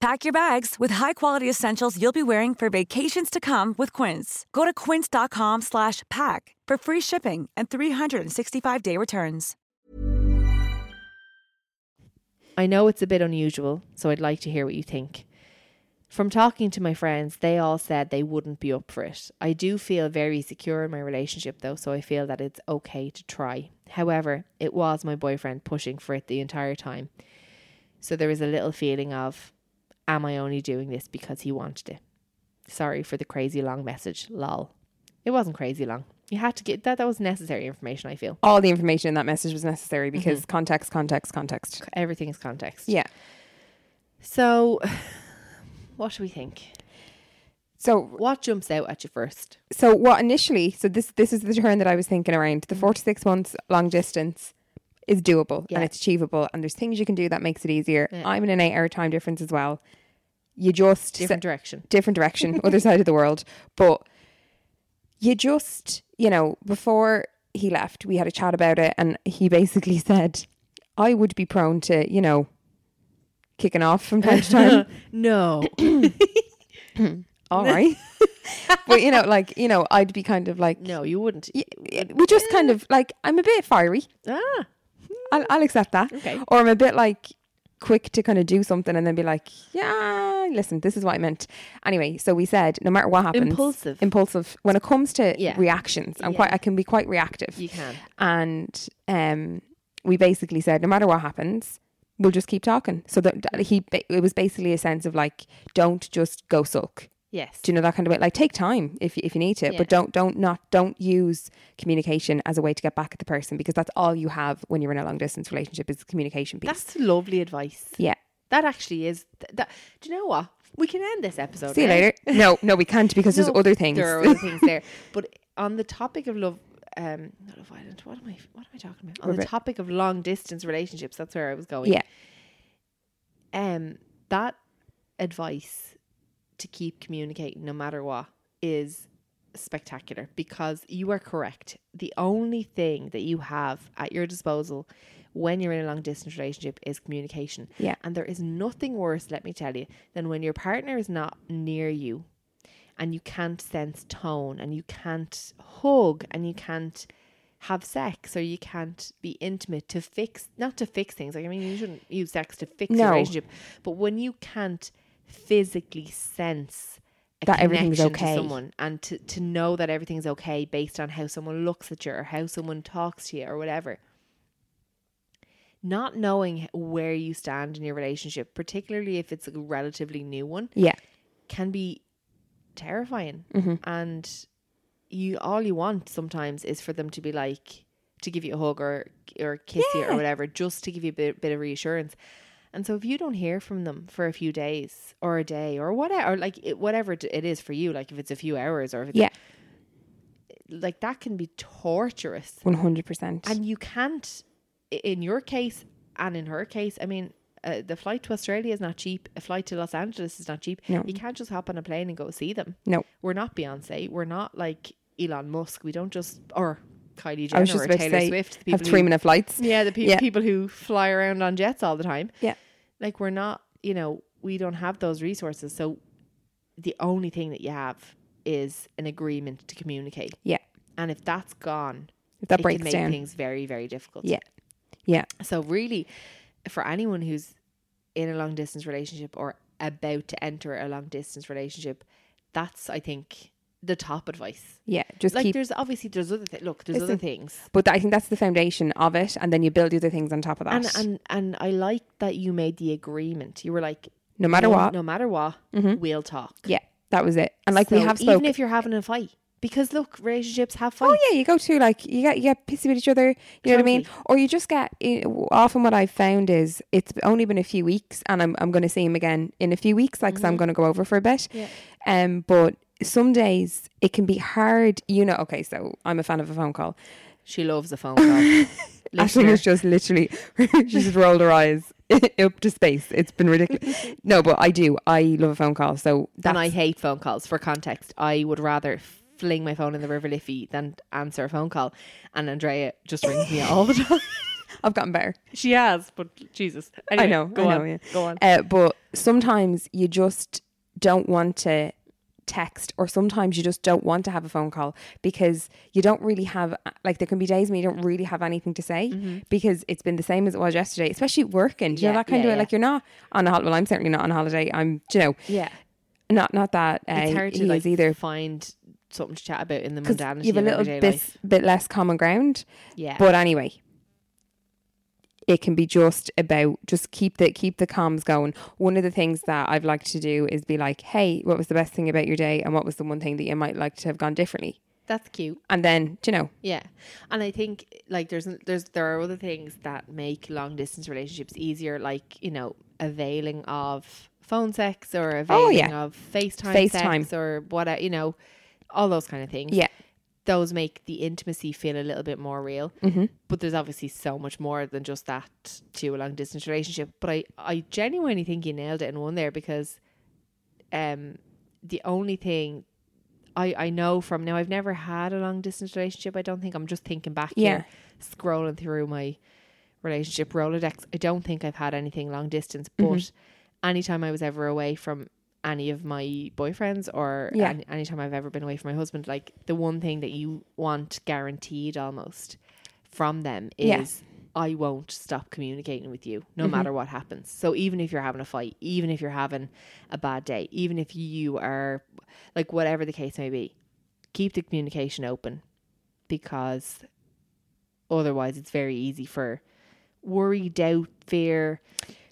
Pack your bags with high-quality essentials you'll be wearing for vacations to come with Quince. Go to quince.com slash pack for free shipping and 365-day returns.
I know it's a bit unusual, so I'd like to hear what you think. From talking to my friends, they all said they wouldn't be up for it. I do feel very secure in my relationship though, so I feel that it's okay to try. However, it was my boyfriend pushing for it the entire time. So there is a little feeling of, am I only doing this because he wanted it? Sorry for the crazy long message, lol. It wasn't crazy long. You had to get that, that was necessary information, I feel.
All the information in that message was necessary
Mm-hmm.
because context, context, context.
Everything is context.
Yeah.
So, what do we think?
So
What jumps out at you first?
so what initially so this this is the turn that I was thinking around the four to six months long distance is doable
Mm-hmm. Yeah.
and it's achievable and there's things you can do that makes it easier. I'm in an eight hour time difference as well. You just
Different direction.
different direction, other side of the world. But you just, you know, before he left, we had a chat about it, and he basically said, "I would be prone to, you know, kicking off from time to time."
No.
All right, but you know, like you know, I'd be kind of like,
no, you wouldn't.
we just kind of like I'm a bit fiery.
Ah.
I'll, I'll accept that.
Okay.
Or I'm a bit like quick to kind of do something and then be like, yeah, listen, this is what I meant. Anyway, so we said no matter what happens,
Impulsive.
impulsive. When it comes to
Yeah.
reactions, I'm quite, I can be quite reactive.
You can.
And um, we basically said no matter what happens. We'll just keep talking. So that that he, ba- it was basically a sense of like, don't just go sulk.
Yes.
Do you know that kind of way? Like, take time if you- if you need to,
Yeah.
but don't don't not don't use communication as a way to get back at the person because that's all you have when you're in a long distance relationship is the communication piece.
That's lovely advice.
yeah.
That actually is. Th- that. Do you know what? We can end this episode.
See you
now.
later. No, no, we can't because there's
No,
other things.
There are other things there. But on the topic of love, um, not love island. What am I? What am I talking about? On the
Ribbit.
topic of long distance relationships, that's where I was going.
yeah,
Um, that advice to keep communicating no matter what is spectacular because you are correct. The only thing that you have at your disposal when you're in a long distance relationship is communication.
Yeah.
And there is nothing worse, let me tell you, than when your partner is not near you and you can't sense tone and you can't hug and you can't have sex or you can't be intimate to fix not to fix things like i mean you shouldn't use sex to fix a
No.
relationship but when you can't physically sense a
That everything's
connection to
okay.
someone and to, to know that everything's okay based on how someone looks at you or how someone talks to you or whatever not knowing where you stand in your relationship particularly if it's a relatively new one
yeah,
can be terrifying
Mm-hmm.
and you all you want sometimes is for them to be like to give you a hug or or kiss you or whatever just to give you a bit, bit of reassurance and so if you don't hear from them for a few days or a day or whatever or like it, whatever it it is for you like if it's a few hours or if it's
yeah,
like that can be torturous
one hundred percent.
and you can't, i- in your case and in her case, I mean, uh, the flight to Australia is not cheap. A flight to Los Angeles is not cheap.
No.
You can't just hop on a plane and go see them.
No.
We're not Beyonce. We're not like Elon Musk. We don't just, or Kylie
I
Jenner
was just
or
about
Taylor
to say
Swift. the
have
people
three
who-
minute flights.
Yeah, the pe-
Yeah.
people who fly around on jets all the time.
Yeah.
Like, we're not, you know, we don't have those resources. So the only thing that you have is an agreement to communicate.
Yeah.
And if that's gone,
If that
it
breaks
can make
down.
things very, very difficult.
Yeah. Yeah.
So really, for anyone who's in a long distance relationship or about to enter a long distance relationship, that's I think the top advice.
Yeah. Just
like
keep
there's obviously there's other th- look there's other
Listen,
things.
But I think that's the foundation of it, and then you build other things on top of that.
And and and I like that you made the agreement. You were like,
no matter
"No-
what, Mm-hmm.
no matter what, we'll talk.
yeah, that was it. And like we
So
have
even
spoken.
if you're having a fight, because look, relationships have fights.
Oh yeah, you go to like you get you get pissy with each other. You know what I mean? Or you just get. eh, Often, what I've found is it's only been a few weeks, and I'm I'm going to see him again in a few weeks. Like, 'cause I'm going
Mm-hmm.
to go over for a bit. Um, but some days it can be hard. You know, okay, so I'm a fan of a phone call.
She loves a phone call.
Ashley
Listener.
was just literally, she just rolled her eyes up to space. It's been ridiculous. No, but I do. I love a phone call. So
and
that's,
I hate phone calls. For context, I would rather fling my phone in the River Liffey than answer a phone call. And Andrea just rings me all the time.
I've gotten better.
she has, but Jesus,
I
Anyway,
know.
Go
I
on,
know, yeah.
go on.
Uh, but sometimes you just don't want to text, or sometimes you just don't want to have a phone call because you don't really have uh, like there can be days when you don't really have anything to say because it's been the same as it was yesterday, especially working. Do you
Mm-hmm. Yeah,
know that kind
yeah,
of
yeah.
like you're not on a holiday. Well, I'm certainly not on holiday. I'm do you know
yeah,
not not that uh,
it's hard
he
to
is
like
either.
find something to chat about in the
Because
mundanity
you have a
of
little
everyday
bit,
life.
bit less common ground.
Yeah,
But anyway, it can be just about just keep the keep the comms going. One of the things that I've liked to do is be like, "Hey, what was the best thing about your day, and what was the one thing that you might like to have gone differently?"
that's cute.
And then, do you know,
Yeah, and I think like there's there's there are other things that make long distance relationships easier, like you know availing of phone sex or availing
Oh, yeah.
of FaceTime,
FaceTime.
sex or whatever you know, all those kind of things.
yeah,
those make the intimacy feel a little bit more real. But there's obviously so much more than just that to a long distance relationship. But I, I genuinely think you nailed it in one there because um the only thing I, I know from now I've never had a long distance relationship, I don't think I'm just thinking back
Yeah.
here scrolling through my relationship Rolodex. I don't think I've had anything long distance, but anytime I was ever away from any of my boyfriends or
Yeah.
any, anytime I've ever been away from my husband, like the one thing that you want guaranteed almost from them is
Yeah. Mm-hmm.
I won't stop communicating with you no matter what happens. So even if you're having a fight, even if you're having a bad day, even if you are like whatever the case may be, keep the communication open because otherwise it's very easy for worry, doubt, fear,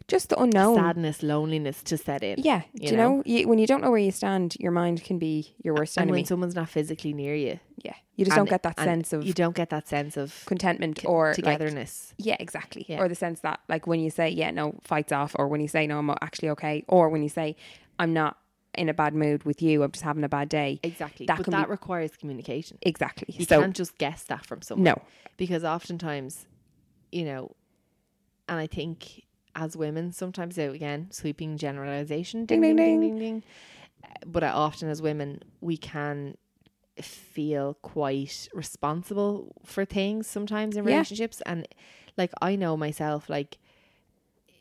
just the unknown.
sadness, loneliness to set in.
Yeah, do you know, you, when you don't know where you stand, your mind can be your worst
And
enemy.
when someone's not physically near you,
yeah, you just
and-
don't get that
and
sense of
you don't get that sense of
contentment
c-
or like,
togetherness.
Yeah, exactly.
Yeah.
Or the sense that, like, when you say, yeah, no, fights off, or when you say, no, I'm actually okay, or when you say, I'm not in a bad mood with you, I'm just having a bad day.
exactly,
That
but
can
that
be,
requires communication.
exactly.
You
so,
can't just guess that from someone.
No.
because oftentimes, you know, and I think as women, sometimes so again, sweeping generalization, ding ding ding
Ding,
ding
ding,
ding. Uh, But I- often as women, we can feel quite responsible for things sometimes in
Yeah.
relationships, and like I know myself, like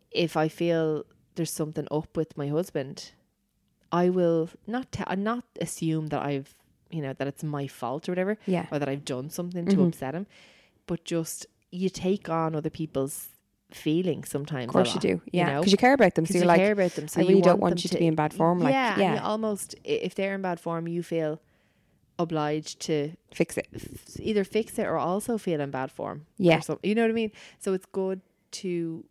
if I feel there's something up with my husband, I will not te- uh, not assume that I've you know that it's my fault or whatever,
Yeah. Mm-hmm.
or that I've done something to upset him, but just you take on other people's feelings sometimes.
of course
a
you
lot,
do. Yeah. Because you,
know?
care about them.
'Cause
So you're
you
like,
care about them, so
I really
you
don't
want
want
them
you to, be in bad form. Like,
yeah,
yeah,
and you almost i- if they're in bad form, you feel obliged to
fix it.
f- either fix it or also feel in bad form. or
Yeah.
some- you know what I mean? So it's good to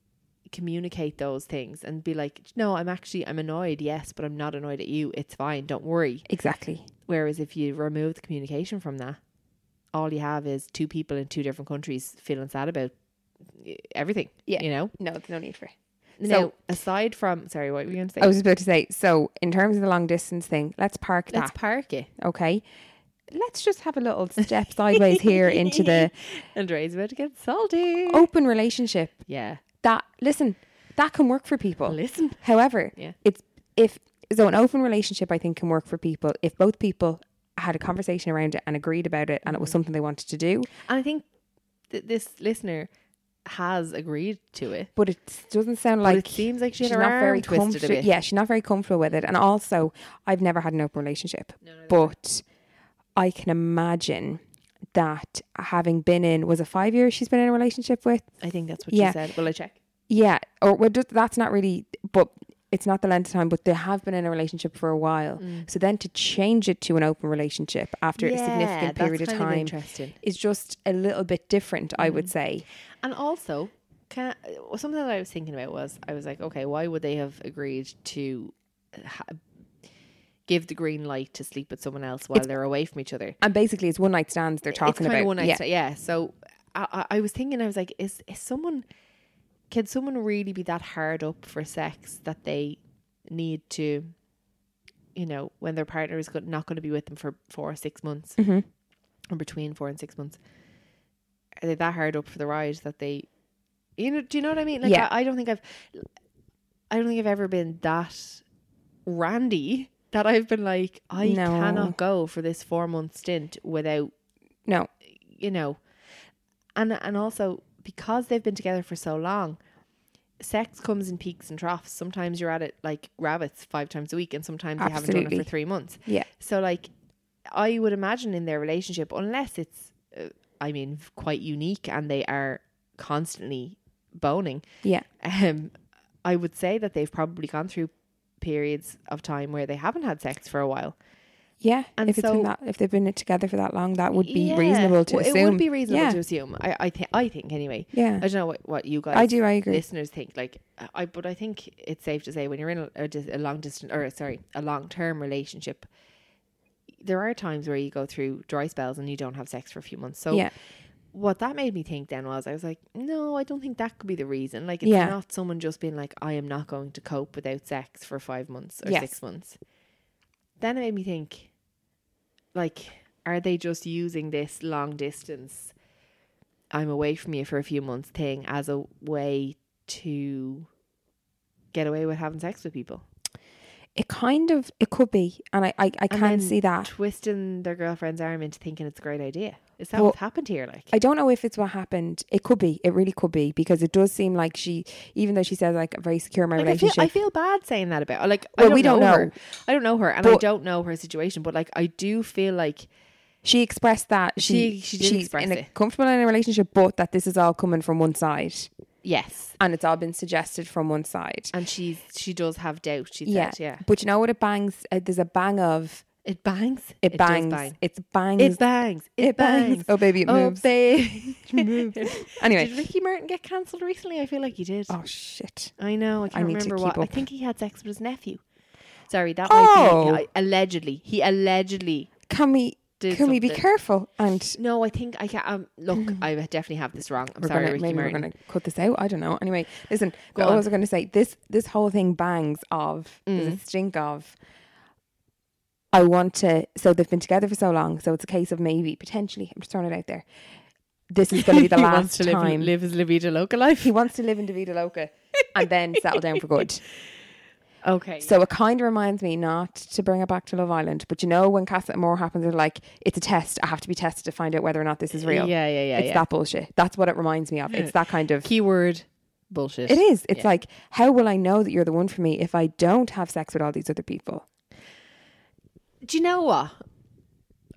communicate those things and be like, no, I'm actually, I'm annoyed, yes, but I'm not annoyed at you. It's fine. Don't worry.
Exactly.
Whereas if you remove the communication from that, all you have is two people in two different countries feeling sad about eh, everything.
Yeah.
You know?
No, there's no need for it.
now,
So-
aside from, sorry, what were you going to say?
I was just about to say, so in terms of the long distance thing, let's park
Let's
that.
park it.
okay. Let's just have a little step sideways here into the
Andrea's about to get salty.
open relationship
Yeah.
that listen that can work for people
Listen.
however
Yeah.
it's if so an open relationship i think can work for people if both people had a conversation
Mm-hmm.
around it and agreed about it and it was something they wanted to do
And I think th- this listener has agreed to it.
But it doesn't sound
But
like
it seems like she had
she's
her
not very
arm twisted a
comforta-
bit.
Yeah, she's not very comfortable with it. And also, I've never had an open relationship, but I can imagine that having been in was it five years she's been in a relationship with.
I think that's what she
Yeah.
said. Will I check?
Yeah, or well, just, that's not really, but it's not the length of time. But they have been in a relationship for a while, so then to change it to an open relationship after a
Mm. Yeah,
significant
that's
period of
kind of
time
interesting. Mm.
is just a little bit different. I would say
And also, can I, something that I was thinking about was I was like, okay, why would they have agreed to ha- give the green light to sleep with someone else while they're away from each other?
and basically it's one night stands they're talking
it's
about.
kind of one night
yeah.
yeah. yeah. So I, I I was thinking, I was like, is is someone can someone really be that hard up for sex that they need to, you know, when their partner is go- not going to be with them for four or six months,
Mm-hmm.
or between four and six months? Are they that hard up for the ride that they, you know, do you know what I mean? Like,
Yeah.
I, I don't think I've, I don't think I've ever been that randy that I've been like, I
No.
cannot go for this four month stint without
No,
you know and and also because they've been together for so long sex comes in peaks and troughs sometimes you're at it like rabbits five times a week and sometimes you haven't done it
Absolutely.
for three months
Yeah.
so like i would imagine in their relationship unless it's uh, i mean v- quite unique and they are constantly boning
yeah,
um i would say that they've probably gone through periods of time where they haven't had sex for a while
yeah.
And
if it's
so-
been that, if they've been together for that long, that would be
Yeah.
reasonable to
Well,
assume.
It would be reasonable
yeah.
to assume. I, I think. I think anyway.
Yeah.
I don't know what, what you guys.
I do, I agree.
Listeners think like I, but I think it's safe to say when you're in a, a, dis- a long distance or sorry, a long term relationship, there are times where you go through dry spells and you don't have sex for a few months. So
Yeah.
what that made me think then was I was like, no, I don't think that could be the reason. Like it's
Yeah.
not someone just being like, I am not going to cope without sex for five months or
Yes.
six months. Then it made me think, like, are they just using this long distance I'm away from you for a few months thing as a way to get away with having sex with people?
It kind of it could be, and I I, I
And
can
then
see that.
Twisting their girlfriend's arm into thinking it's a great idea. Is that
Well,
what's happened here? Like
I don't know if it's what happened. It could be. It really could be because it does seem like she, even though she says like I'm very secure in my
Like, I feel,
relationship.
I feel bad saying that about. Like, I
Well,
don't
we don't
know,
know.
her. I don't know her, and I
But-
don't know her situation. But like, I do feel like
she expressed that
She-
she,
she did
she's
express
in a,
it.
comfortable in a relationship, but that this is all coming from one side,
yes,
and it's all been suggested from one side.
and she's she does have doubt. She
yeah,
said, yeah,
But you know what? It bangs. Uh, there's a bang of
it bangs.
it,
does
bangs.
bang.
It's bangs.
It bangs. It,
It
bangs.
bangs. Oh, baby, it
oh,
moves.
Baby.
Anyway.
did Ricky Martin get cancelled recently? I feel like he did.
oh shit.
I know. I can't
need to
remember
keep
what. I
up.
think he had sex with his nephew. Sorry, that
Oh.
might be allegedly. He allegedly
Can we? Can
Did
we be
something.
careful? And
No, I think I can. Um, look, I definitely have this wrong. I'm
we're
sorry,
gonna,
Ricky
maybe
Martin.
we're going to cut this out. I don't know. Anyway, listen.
Go
what
on.
was I going to say? This this whole thing bangs of there's
Mm.
a stink of. I want to. So they've been together for so long. So it's a case of maybe potentially. I'm just throwing it out there. This is going to be the
He
last
wants to live-
time
live his La Vida Loca life.
he wants to live in De Vida Loca and then settle down for good.
Okay.
So it kind of reminds me not to bring it back to Love Island, but you know when Casa Amor happens, they're like, it's a test. I have to be tested to find out whether or not this is real.
Yeah, yeah, yeah,
It's
yeah.
that bullshit. That's what it reminds me of. It's that kind of.
keyword bullshit.
It is. It's like, how will I know that you're the one for me if I don't have sex with all these other people?
Do you know what?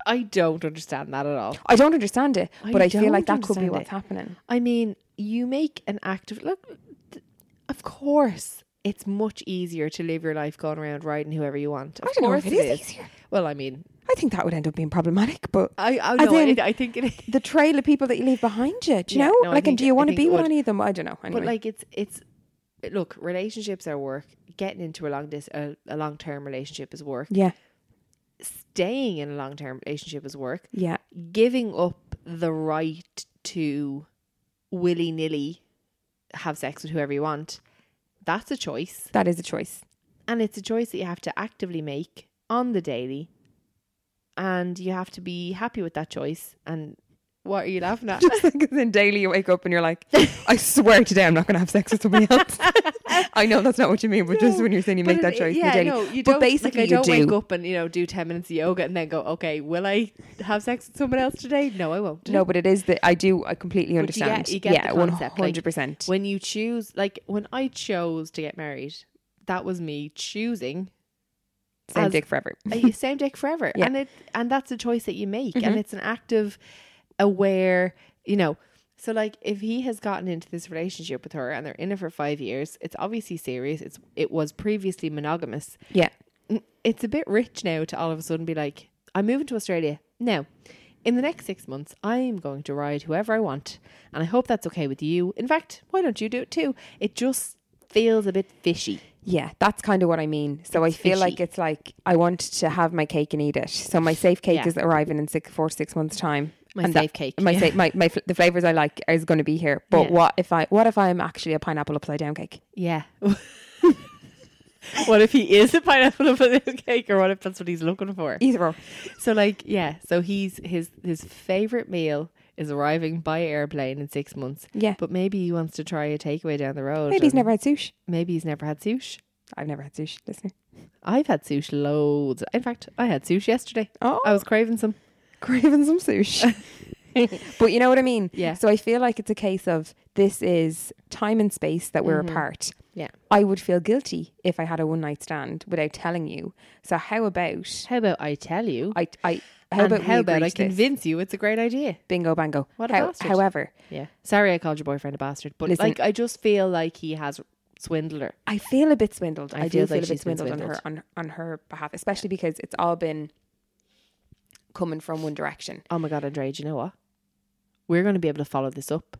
I don't understand that at all.
I don't understand it,
I
but I feel like
don't
that could be
understand
what's
it.
happening.
I mean, you make an act of look. th- Of course, it's much easier to live your life going around riding whoever you want. Of
I don't know
course
if it is easier.
Well, I mean,
I think that would end up being problematic, but
I I
As
know
in,
I, I think it is.
the trail of people that you leave behind you, do you
Yeah,
know?
no, I
like,
think-
and do you
I
want to
think it
be with
would.
any of them? I don't know. Anyway.
But like it's it's look, relationships are work. Getting into a long dis a, a long term relationship is work.
yeah,
Staying in a long term relationship is work.
yeah.
giving up the right to willy nilly have sex with whoever you want, that's a choice.
That is a choice.
And it's a choice that you have to actively make on the daily. And you have to be happy with that choice and What are you laughing at?
Just like then daily you wake up and you're like, I swear today I'm not going to have sex with somebody else. I know that's not what you mean, but just when you're saying you
But
make that
it-
choice,
yeah,
daily.
no, you
but
don't.
basically
like, I don't
you do.
wake up and you know do ten minutes of yoga and then go, okay, will I have sex with someone else today? No, I won't.
No, but it is that I do. I
But
completely
you
understand.
get, you get
yeah,
the concept.
one hundred percent.
Like, when you choose, like when I chose to get married, that was me choosing
Same
as-
dick forever.
a same dick forever,
Yeah. Mm-hmm.
and it and that's a choice that you make, and it's an active, aware, you know. So like, if he has gotten into this relationship with her and they're in it for five years, it's obviously serious. It's it was previously monogamous.
Yeah,
it's a bit rich now to all of a sudden be like, I'm moving to Australia. Now, in the next six months, I'm going to ride whoever I want. And I hope that's okay with you. In fact, why don't you do it too? It just feels a bit fishy.
yeah, that's kind of what I mean. So I feel like
fishy.
it's like I want to have my cake and eat it. So my safe cake
Yeah.
is arriving in six, four, six months time.
My
And
safe cake,
my
yeah.
safe, my, my fl- the flavors I like is going to be here. But
Yeah.
what if I, what if I'm actually a pineapple upside down cake?
Yeah. what if he is a pineapple on a cake or what if that's what he's looking for?
Either or.
So like, yeah, so he's his his favorite meal is arriving by airplane in six months.
Yeah.
But maybe he wants to try a takeaway down the road.
Maybe he's
and
never had sushi.
maybe he's never had sushi.
I've never had sushi, listener.
I've had sushi loads. In fact, I had sushi yesterday.
Oh.
I was craving some.
craving some sushi. but you know what I mean?
Yeah.
So I feel like it's a case of this is time and space that we're apart.
Mm-hmm. Yeah.
I would feel guilty if I had a one night stand without telling you. So how about
How about I tell you?
I I how
and
about
how
we
about
agree
I
to this?
convince you it's a great idea?
bingo bango.
What a
How-
bastard.
however,
Yeah. Sorry, I called your boyfriend a bastard, but
Listen-
like I just feel like he has swindled her.
I feel a bit swindled. I,
I
do
feel
feel
like
a bit
she's been
swindled, on her on, on her behalf, especially because it's all been coming from one direction.
Oh my god, Andre, do you know what? We're going to be able to follow this up.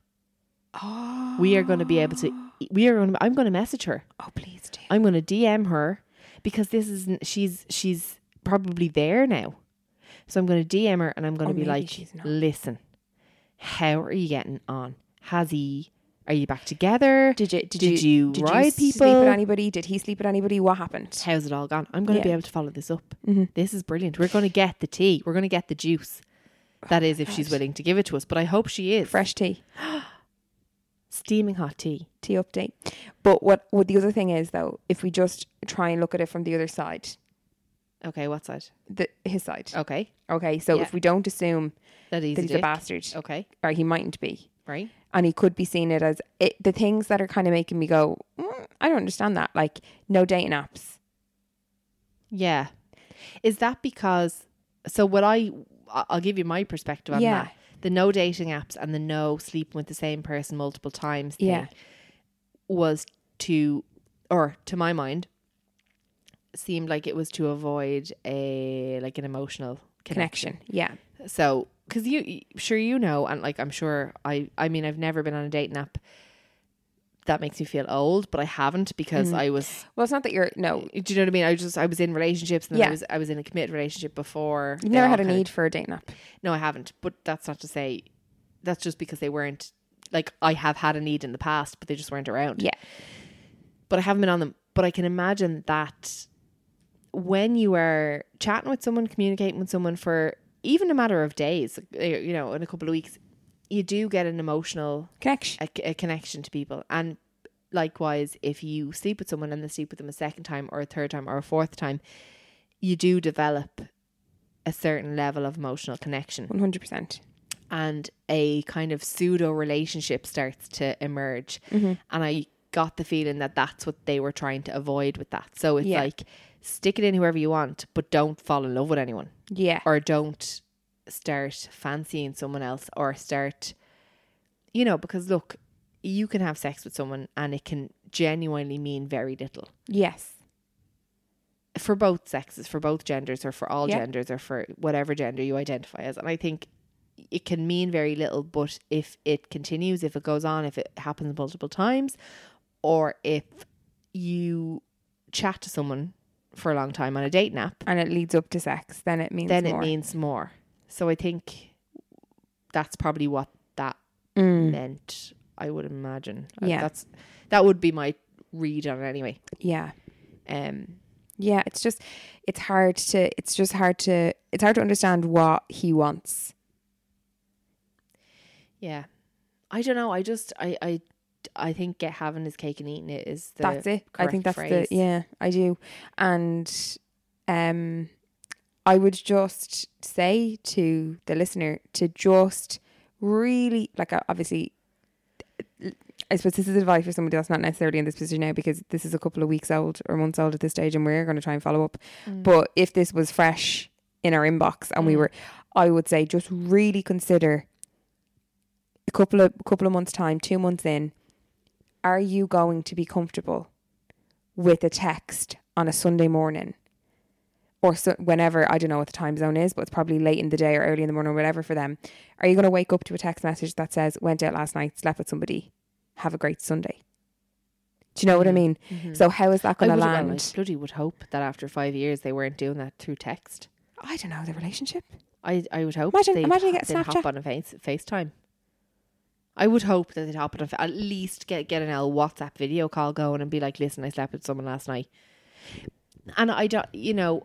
Oh,
We are going to be able to. We are going. to I'm going to message her.
oh please do.
I'm going to DM her because this is she's she's probably there now. So I'm going to DM her and I'm going
Or
to be
maybe
like,
she's not.
"Listen, how are you getting on? Has he? Are you back together?
Did you did,
did you,
did
ride
sleep
people?
with anybody? Did he sleep with anybody? What happened?
How's it all gone? I'm going to be
Yeah.
able
Mm-hmm.
to follow this up. This is brilliant. We're going to get the tea. We're going to get the juice. That is, if she's willing to give it to us. But I hope she is.
Oh, Fresh tea,
steaming hot tea.
tea update. But what what the other thing is though, if we just try and look at it from the other side,
Okay, what side?
the his side.
Okay,
Okay, so
Yeah.
if we don't assume
that easy.
that he's
dick.
a bastard,
Okay,
or he mightn't be,
right.
and he could be seen it as it, the things that are kind of making me go, mm, I don't understand that. Like no dating apps.
Yeah. Is that because so what I I- I'll give you my perspective on
Yeah.
that. The no dating apps and the no sleeping with the same person multiple times thing
Yeah.
was to or to my mind seemed like it was to avoid a like an emotional
Connection. Yeah.
so, because you, sure you know, and like I'm sure I, I mean, I've never been on a dating app. That makes me feel old, but I haven't because
Mm-hmm.
I was.
Well, it's not that you're no.
Do you know what I mean? I just I was in relationships, and then I
Yeah.
was I was in a committed relationship before.
You've
they
never
all
had a
kinda-
need for a dating app.
No, I haven't. But that's not to say. That's just because they weren't like I have had a need in the past, but they just weren't around.
Yeah.
But I haven't been on them. But I can imagine that when you are chatting with someone, communicating with someone for even a matter of days, eh, you know, in a couple of weeks, you do get an emotional
Connection.
a, a connection to people. And likewise, if you sleep with someone and then sleep with them a second time or a third time or a fourth time, you do develop a certain level of emotional connection
One hundred percent.
and a kind of pseudo relationship starts to emerge. And I got the feeling that that's what they were trying to avoid with that. So it's
Yeah.
like stick it in whoever you want, but don't fall in love with anyone
Yeah.
or don't start fancying someone else or start, you know, because look, you can have sex with someone and it can genuinely mean very little
Yes.
for both sexes, for both genders, or for all
Yeah.
genders, or for whatever gender you identify as. And I think it can mean very little, but if it continues, if it goes on, if it happens multiple times, or if you chat to someone for a long time on a date nap,
And it leads up to sex. Then it means
then
more.
it means more. So I think that's probably what that meant. I would imagine. Uh,
Mm. Yeah.
that's that would be my read on it anyway.
yeah.
Um,
Yeah, it's just it's hard to it's just hard to it's hard to understand what he wants.
Yeah. I don't know. I just I I I think get having his cake and eating it is the
that's it. I
correct
think that's
phrase.
the yeah, I do. And um I would just say to the listener to just really like uh, obviously I suppose this is advice for somebody that's not necessarily in this position now because this is a couple of weeks old or months old at this stage and we're going to try and follow up.
Mm.
But if this was fresh in our inbox and we were I would say just really consider a couple of couple of months time, 2 months in, are you going to be comfortable with a text on a Sunday morning or so, whenever I don't know what the time zone is, but it's probably late in the day or early in the morning or whatever for them. Are you going to wake up to a text message that says "Went out last night, slept with somebody, have a great Sunday"? Do you know what I mean? So how is that
Mm-hmm. I
going to
would- well, I
land?
bloody would hope that after five years they weren't doing that through text.
I don't know the relationship.
I I would hope
Imagine-
they'd,
imagine you get
they'd
Snapchat.
hop on a face FaceTime. I would hope that they'd hop on a, fa- at least get get an L WhatsApp video call going and be like, "Listen, I slept with someone last night." And I don't, you know,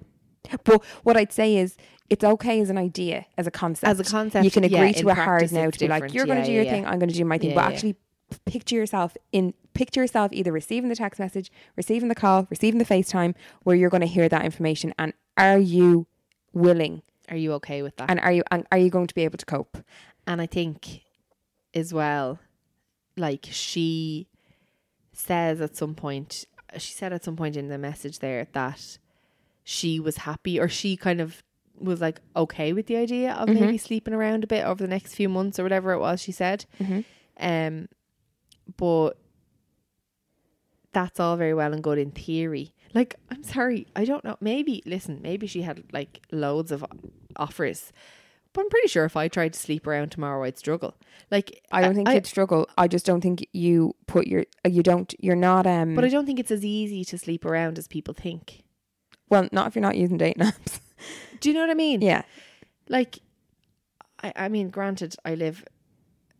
But what I'd say is, it's okay as an idea, as a concept.
As a concept,
you can
yeah,
agree
in
to a hard
practice
now
it's
to be like,
different.
"You're going to
Yeah,
do
yeah,
your
yeah.
thing, I'm going to do my thing."
Yeah,
but
yeah.
actually, p- picture yourself in picture yourself either receiving the text message, receiving the call, receiving the FaceTime, where you're going to hear that information, and are you willing,
are you okay with that?
and are you and are you going to be able to cope?
And I think as well, like she says at some point, she said at some point in the message there that she was happy or she kind of was like okay with the idea of
Mm-hmm.
maybe sleeping around a bit over the next few months or whatever it was she said.
Mm-hmm.
Um, but that's all very well and good in theory. Like, I'm sorry, I don't know. Maybe, listen, maybe she had like loads of offers, but I'm pretty sure if I tried to sleep around tomorrow, I'd struggle. Like,
I don't think you'd struggle. I just don't think you put your you don't you're not um
but I don't think it's as easy to sleep around as people think.
well not if you're not using dating apps.
Do you know what I mean?
yeah,
Like, I, I mean, granted, I live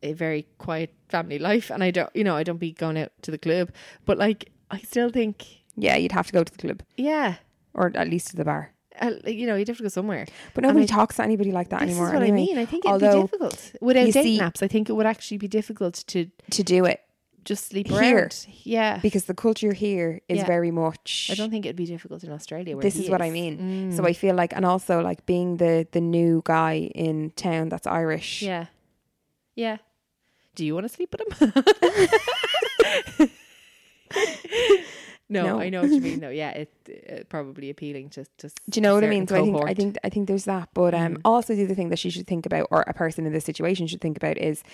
a very quiet family life and I don't, you know, I don't be going out to the club, but like, I still think,
yeah, you'd have to go to the club
yeah,
or at least to the bar.
uh, you know, you'd have to go somewhere.
But
And
nobody
I-
talks to anybody like that
This
anymore.
is what
anyway.
I mean. I think it'd be
Although,
difficult without
you
dating
see-
apps. I think it would actually be difficult to
to do it
just sleep
Here.
around. Yeah,
because the culture here is
Yeah.
very much.
I don't think Mm. it'd be difficult in Australia. Where
this
he
is what I mean. So I feel like, and also like being the the new guy in town that's Irish.
Yeah, yeah. Do you want to sleep with him? no,
No.
I know what you mean. Though, yeah, it, it probably appealing to to.
Do you know what I
certain
mean? So I think I
cohort. Mm.
think I think there's that. But um, also the other thing that she should think about, or a person in this situation should think about, is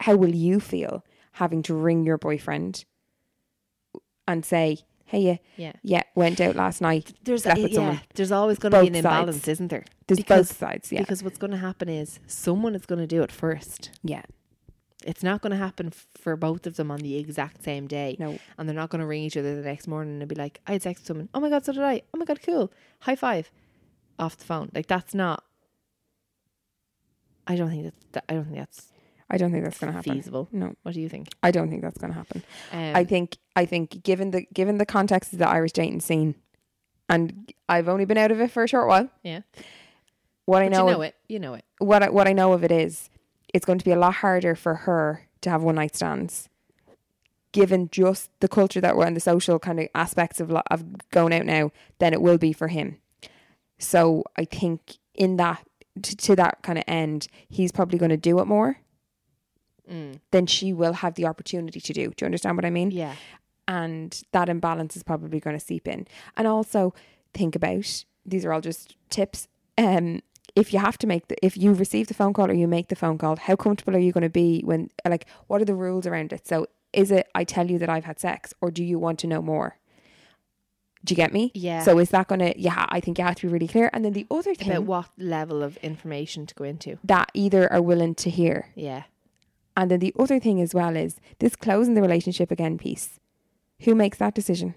how will you feel having to ring your boyfriend and say, "Hey, yeah,
Yeah.
yeah, went out last night,
there's
slept
yeah,
with someone."
there's always going to be
Both
an
sides.
imbalance, isn't there?
There's both sides, yeah.
Because what's going to happen is someone is going to do it first.
Yeah,
It's not going to happen f- for both of them on the exact same day.
No.
And they're not going to ring each other the next morning and be like, I had sex with someone. Oh my God, so did I. Oh my God, cool. High five. Off the phone. Like, that's not. I don't think that's. That, I don't think that's
I don't think that's going to happen.
feasible.
No,
What do you think?
I don't think that's going to happen.
Um,
I think I think given the given the context of the Irish dating scene, and I've only been out of it for a short while.
Yeah.
What I
But
know,
you know it. You know it.
what I, what I know of it is, it's going to be a lot harder for her to have one night stands, given just the culture that we're in, the social kind of aspects of lo- of going out now, than it will be for him. So I think in that to, to that kind of end, he's probably going to do it more.
Mm.
Than she will have the opportunity to do. Do you understand what I mean?
Yeah.
and that imbalance is probably going to seep in. And also think about these are all just tips. Um, if you have to make the, if you receive the phone call or you make the phone call, how comfortable are you going to be when like what are the rules around it? So is it I tell you that I've had sex or do you want to know more? Do you get me?
Yeah.
So is that going to yeah? I think you have to be really clear. And then the other thing
About what level of information to go into.
that either are willing to hear.
Yeah.
And then the other thing as well is this closing the relationship again piece. Who makes that decision?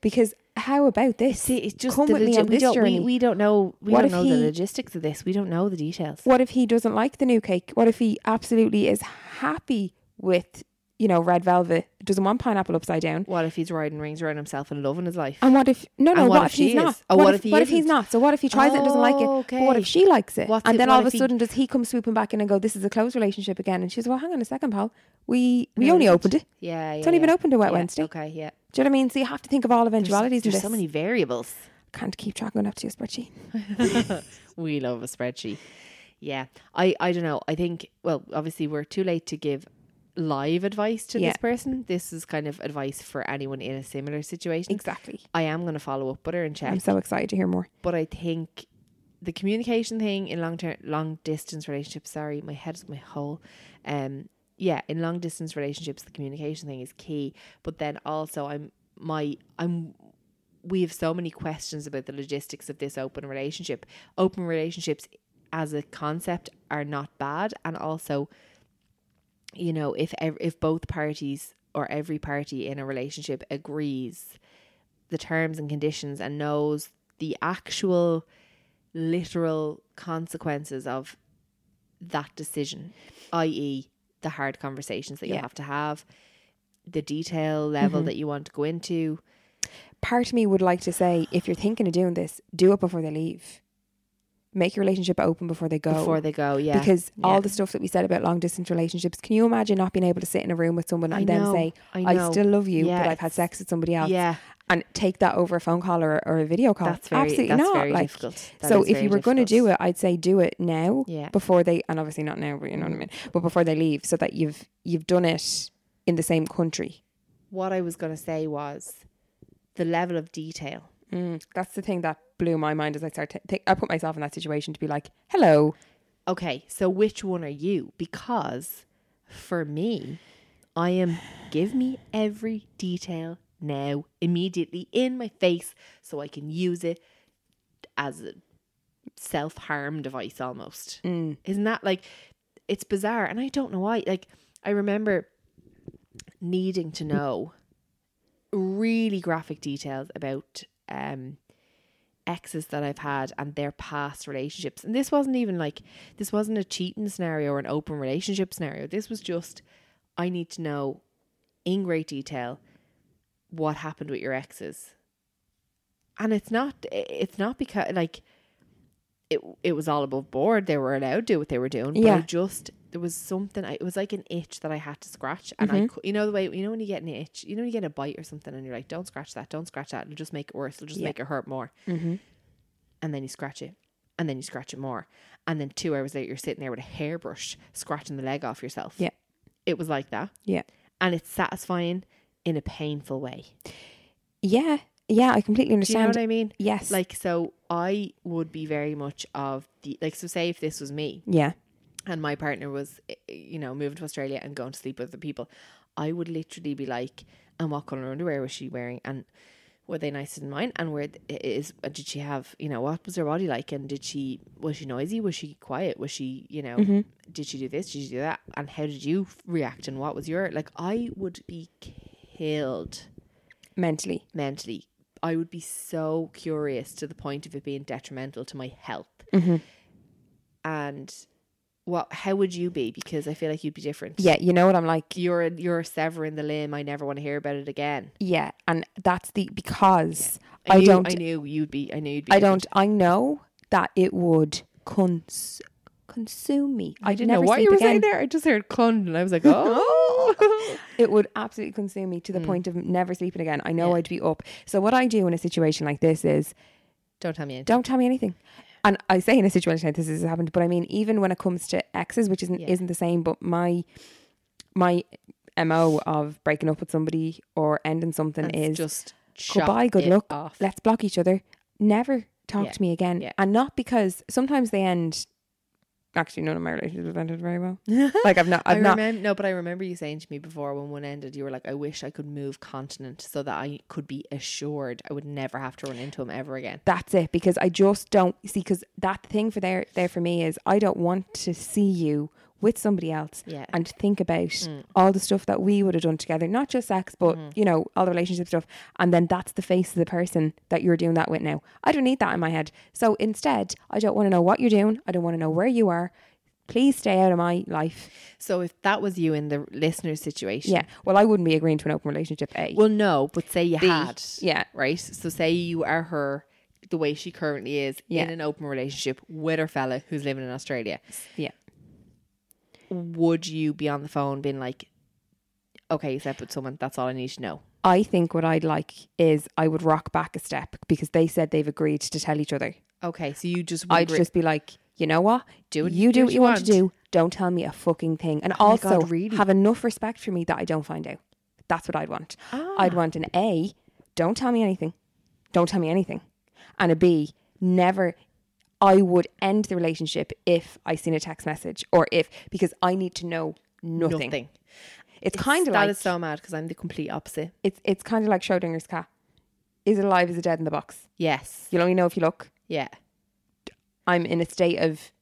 Because how about this?
Mm. See, it's just
Come
the
with me
logi-
on
we
this
don't we,
journey.
we don't know we
What
don't
if
know
he-
the logistics of this. We don't know the details.
What if he doesn't like the new cake? What if he absolutely is happy with you know, red velvet doesn't want pineapple upside down.
What if he's riding rings around himself and loving his life?
And what if no no
And
what, if
she
he's not?
is? Oh, what if he
what if he's
isn't?
not? So what if he tries it and doesn't like it?
Oh,
But what
okay.
if she likes it?
What's
and
it-
then
what
all of a
if he-
sudden does he come swooping back in and go, This is a closed relationship again? And she's Well, hang on a second, pal. We we
No,
only
is it?
opened it.
Yeah, yeah.
only been
yeah.
open to Wet
Yeah,
Wednesday.
Okay, yeah.
Do you know what I mean? So you have to think of all eventualities
There's, there's
in this.
so many variables.
Can't keep track going up to your spreadsheet.
we love a spreadsheet. Yeah. I, I don't know. I think, well, obviously, we're too late to give live advice to
Yeah.
this person. This is kind of advice for anyone in a similar situation.
Exactly.
I am going to follow up with her and check.
I'm so excited to hear more.
but I think the communication thing in long term, long distance relationships. Sorry, my head's my whole. Um, yeah, in long distance relationships, the communication thing is key. But then also, I'm my I'm. We have so many questions about the logistics of this open relationship. Open relationships, as a concept, are not bad, and also you know if ev- if both parties or every party in a relationship agrees the terms and conditions and knows the actual literal consequences of that decision i.e. the hard conversations that you
Yeah. Mm-hmm.
have to have the detail level that you want to go into
Part of me would like to say, if you're thinking of doing this, do it before they leave. Make your relationship open before they go.
before they go yeah
because all
Yeah.
the stuff that we said about long distance relationships, can you imagine not being able to sit in a room with someone
I
and then
know,
say,
I
I,
know.
still love you,
Yeah,
but I've had
it's-
sex with somebody else?
yeah
And take that over a phone call or, or a video call.
That's very-
Absolutely
that's
not.
very
like,
difficult. That
so
is
if
very
you were going to do
difficult.
it, I'd say do it now
Yeah.
before they, and obviously not now, but you know what I mean, but before they leave so that you've you've done it in the same country.
what i was going to say was the level of detail
Mm, that's the thing that blew my mind as I started. to think I put myself in that situation to be like, hello.
Okay, so which one are you? Because for me, I am give me every detail now, immediately in my face, so I can use it as a self harm device almost. Isn't that like it's bizarre? And I don't know why. Like, I remember needing to know really graphic details about um exes that I've had and their past relationships. And this wasn't even like this wasn't a cheating scenario or an open relationship scenario. This was just I need to know in great detail what happened with your exes. And it's not it's not because like it it was all above board. They were allowed to do what they were doing. But I
Yeah.
just there was something I, it was like an itch that I had to scratch and
Mm-hmm.
I cou- you know the way you know when you get an itch, you know when you get a bite or something and you're like don't scratch that, don't scratch that, it'll just make it worse, it'll just make it hurt more
Mm-hmm.
and then you scratch it and then you scratch it more and then two hours later you're sitting there with a hairbrush scratching the leg off yourself
Yeah.
it was like that
Yeah.
and it's satisfying in a painful way
Yeah. Yeah. I completely
do you know
understand.
what i mean
Yes.
like so i would be very much of the like so say if this was me
yeah.
and my partner was eh, you know moving to australia and going to sleep with other people i would literally be like and what color underwear was she wearing and were they nicer than mine and where th- is uh, did she have you know what was her body like and did she was she noisy was she quiet was she you know did she do this did she do that and how did you f- react and what was your like i would be killed
Mentally.
mentally. I would be so curious to the point of it being detrimental to my health.
Mm-hmm.
And what? How would you be? Because I feel like you'd be different.
Yeah. You know what I'm like?
you're you're severing the limb. I never want to hear about it again.
Yeah, and that's the because
I,
I,
knew,
don't,
I
I,
knew you'd be. I knew you'd be.
don't, I know that it would cons- consume me.
I
I'd
didn't know
never
what you
sleep
were
again.
saying there. I just heard clun, and I was like, oh.
It would absolutely consume me
Hmm.
to the point of never sleeping again. I know I'd be up. So what I do in a situation like this is
don't tell me. Anything.
don't tell me anything. And I say in a situation like this this has happened, but I mean even when it comes to exes, which isn't isn't the same, but my my mo of breaking up with somebody or ending something
And
is
just chop
goodbye, good
it
luck.
Off.
Let's block each other. Never talk
Yeah.
to me again.
Yeah.
And not because sometimes they end. Actually, none of my relationships have ended very well. like I've not,
i
I've not.
remember no, but I remember you saying to me before when one ended, you were like, "I wish I could move continent so that I could be assured I would never have to run into him ever again."
That's it because I just don't see because that thing for there there for me is I don't want to see you with somebody else
Yeah. Mm.
and think about all the stuff that we would have done together, not just sex, but
Mm-hmm.
you know all the relationship stuff. And then that's the face of the person that you're doing that with now. I don't need that in my head. So instead, I don't want to know what you're doing. I don't want to know where you are. Please stay out of my life.
So if that was you in the listener's situation,
Yeah. Well, I wouldn't be agreeing to an open relationship. A.
Well, no, but say you
B,
had,
yeah.
right. So say you are her the way she currently is
Yeah.
in an open relationship with her fella who's living in Australia.
yeah.
Would you be on the phone being like, "Okay, you slept with someone. That's all I need to know."
I think what I'd like is I would rock back a step because they said they've agreed to tell each other.
Okay, so you just would
I'd
agree-
just be like, you know what?
Do what-
you do, what you want, to
want."
do. Don't tell me a fucking thing. And
Oh my
also
God, really?
have enough respect for me that I don't find out. That's what I'd want.
Ah.
I'd want an A, don't tell me anything. Don't tell me anything. And a B, never I would end the relationship if I seen a text message or if because I need to know nothing.
nothing.
It's, kind of
that
like
is so mad because I'm the complete opposite.
it's it's kind of like Schrodinger's cat. Is it alive? Is it dead in the box?
Yes,
You'll only know if you look.
yeah.
I'm in a state of,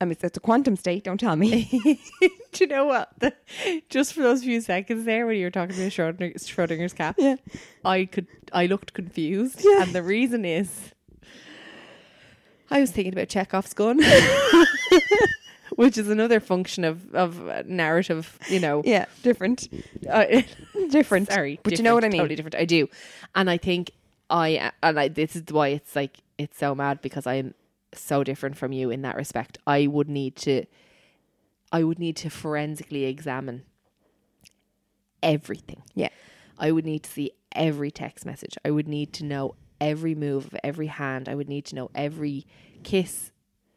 I mean, it's a quantum state. Don't tell me.
Do you know what? just for those few seconds there when you were talking about Schrodinger, Schrodinger's cat,
Yeah.
I could I looked confused,
Yeah.
and the reason is I was thinking about Chekhov's gun, which is another function of of narrative. You know,
yeah, different,
uh,
different.
sorry,
but you know what I
different,
mean.
Totally different. I do, and I think I and I, this is why it's like it's so mad because I'm so different from you in that respect. I would need to, I would need to forensically examine everything.
Yeah,
I would need to see every text message. I would need to know every move of every hand. I would need to know every kiss.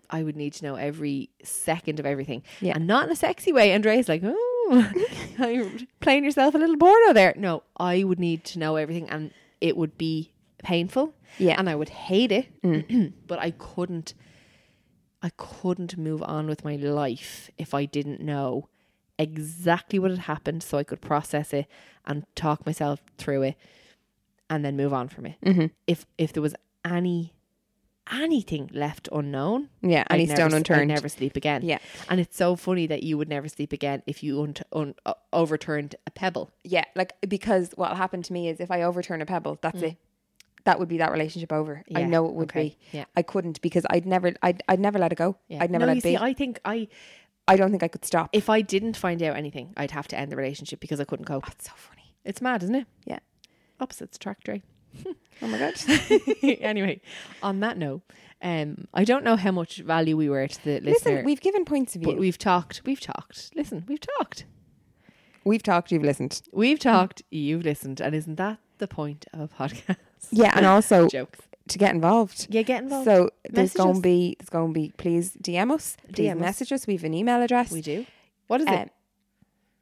I would need to know every second of everything.
Yeah.
And not in a sexy way. Andrea's like, oh, you're playing yourself a little porno there. No, I would need to know everything and it would be painful.
Yeah. Mm.
And I would hate it. but I couldn't I couldn't move on with my life if I didn't know exactly what had happened so I could process it and talk myself through it and then move on from it.
Mm-hmm.
If if there was any anything left unknown,
yeah.
I'd
Any
never
stone
s- I'd
unturned.
never sleep again.
Yeah.
and it's so funny that you would never sleep again if you unt un- uh, overturned a pebble.
Yeah, like because what happened to me is if I overturn a pebble, that's it. That would be that relationship over. I
Yeah,
know it would
okay,
be.
yeah.
I couldn't because I'd never, I'd, I'd never let it go. I'd never
no,
let
you
it be.
see, I think I
I don't think I could stop.
if I didn't find out anything, I'd have to end the relationship because I couldn't cope.
It's so funny.
It's mad, isn't it?
Yeah.
Opposites attract, right?
Oh my god.
anyway, on that note, um, I don't know how much value we were to the listener.
Listen, we've given points of view.
but we've talked. We've talked. Listen, we've talked.
we've talked. You've listened.
We've talked. You've listened, and isn't that the point of podcasts?
Yeah, and also
Jokes.
to get involved.
Yeah, get involved.
So there's
Message
going
us.
to be there's going to be please DM us, please
DM us.
message us. We have an email address.
We do. What is
Um,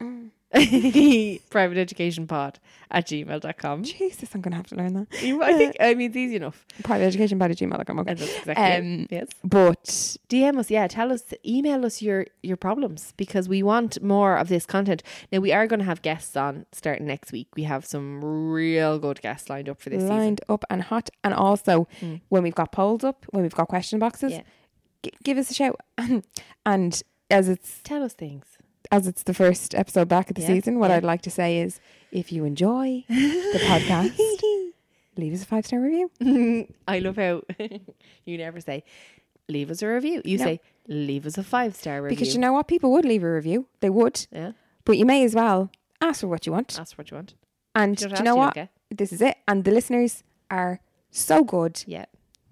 Uh, it? Private education pod at gmail.com.
Jesus, I'm going to have to learn that.
You- I think I mean it's easy enough.
Private education at gmail.com. Okay.
And that's exactly it.
Um,
Yes.
But
DM us, yeah. Tell us, email us your your problems because we want more of this content. Now we are going to have guests on starting next week. We have some real good guests lined up for this Mm.
lined up and hot, and also when we've got polls up, when we've got question boxes,
Yeah.
g- give us a shout. and as it's
season. Tell us things.
as it's the first episode back of the
Yeah,
season, what
yeah.
I'd like to say is if you enjoy the podcast, leave us a five star review.
I love how you never say leave us a review. You
No.
say leave us a five star review
Because you know what, people would leave a review. They would,
yeah.
but you may as well ask for what you want.
Ask what you want.
And
Don't
do
ask,
you know
you don't
what?
get.
This is it. And the listeners are so good.
Yeah.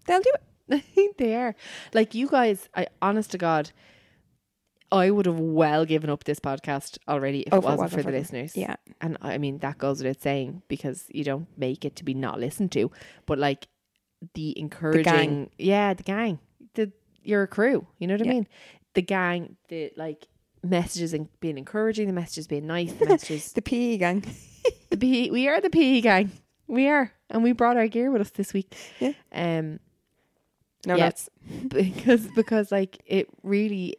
They'll do it.
they are. Like you guys, I honest to God, I would have well given up this podcast already if
Oh,
it wasn't, for, the
them.
listeners.
Yeah.
And I mean that goes without saying because you don't make it to be not listened to. But like the encouraging Yeah, the gang. The your crew. You know what
Yeah.
I mean? The gang, the like messages and being encouraging, the messages being nice, the messages
The PE gang.
the PE, we are the PE gang. We are. And we brought our gear with us this week.
Yeah.
Um
No
Yeah.
nuts.
because because like it really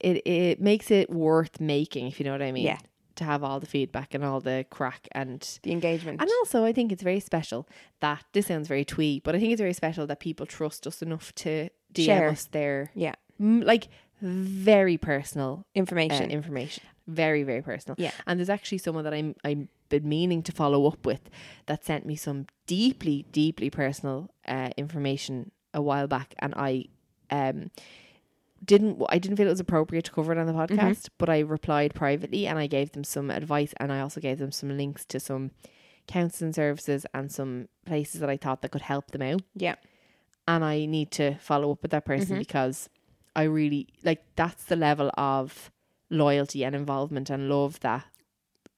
it it makes it worth making if you know what i mean
Yeah.
to have all the feedback and all the crack and
The engagement.
and also i think it's very special that this sounds very twee but i think it's very special that people trust us enough to dm
Share.
us their
Yeah.
m- like very personal uh,
Information.
information very very personal
Yeah.
and there's actually someone that i'm i've been meaning to follow up with that sent me some deeply deeply personal uh, information a while back and i um didn't I didn't feel it was appropriate to cover it on the podcast, but I replied privately and I gave them some advice and I also gave them some links to some counseling services and some places that I thought that could help them out.
Yeah.
And I need to follow up with that person because I really like that's the level of loyalty and involvement and love that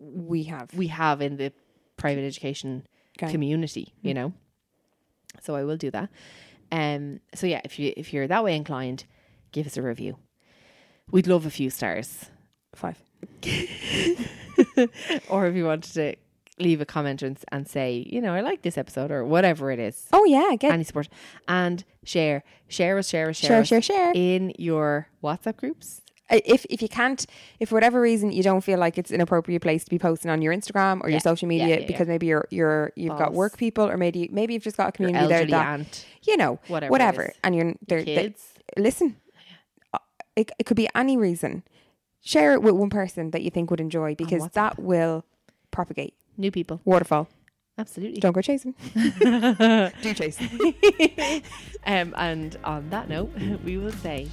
We have.
we have in the private education
Okay.
community, you know. So I will do that. Um so yeah, if you if you're that way inclined, give us a review. We'd love a few stars.
Five.
Or if you wanted to leave a comment and, and say, you know, I like this episode or whatever it is.
Oh, yeah. Get
Any support. And share. Share us, share us, Eh. share
Share,
us
share, share.
In your WhatsApp groups.
I- if if you can't if for whatever reason you don't feel like it's an appropriate place to be posting on your Instagram or
Yeah.
your social
Yeah,
media
yeah,
because maybe you're you're you've got
Boss.
work people or maybe maybe you've just got a
Your
community there
elderly
that
aunt.
you know
Whatever it
whatever,
is.
and you're they're, they-
kids.
listen uh, it, it could be any reason share it with one person that you think would enjoy because
WhatsApp.
that will propagate
New people.
waterfall
Absolutely.
don't go chasing do chase
Um, and on that note, we will say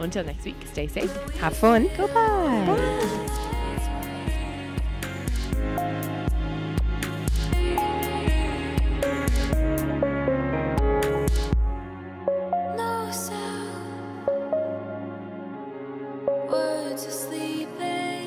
until next week, stay safe.
have fun go bye.
No sound. Words are sleeping.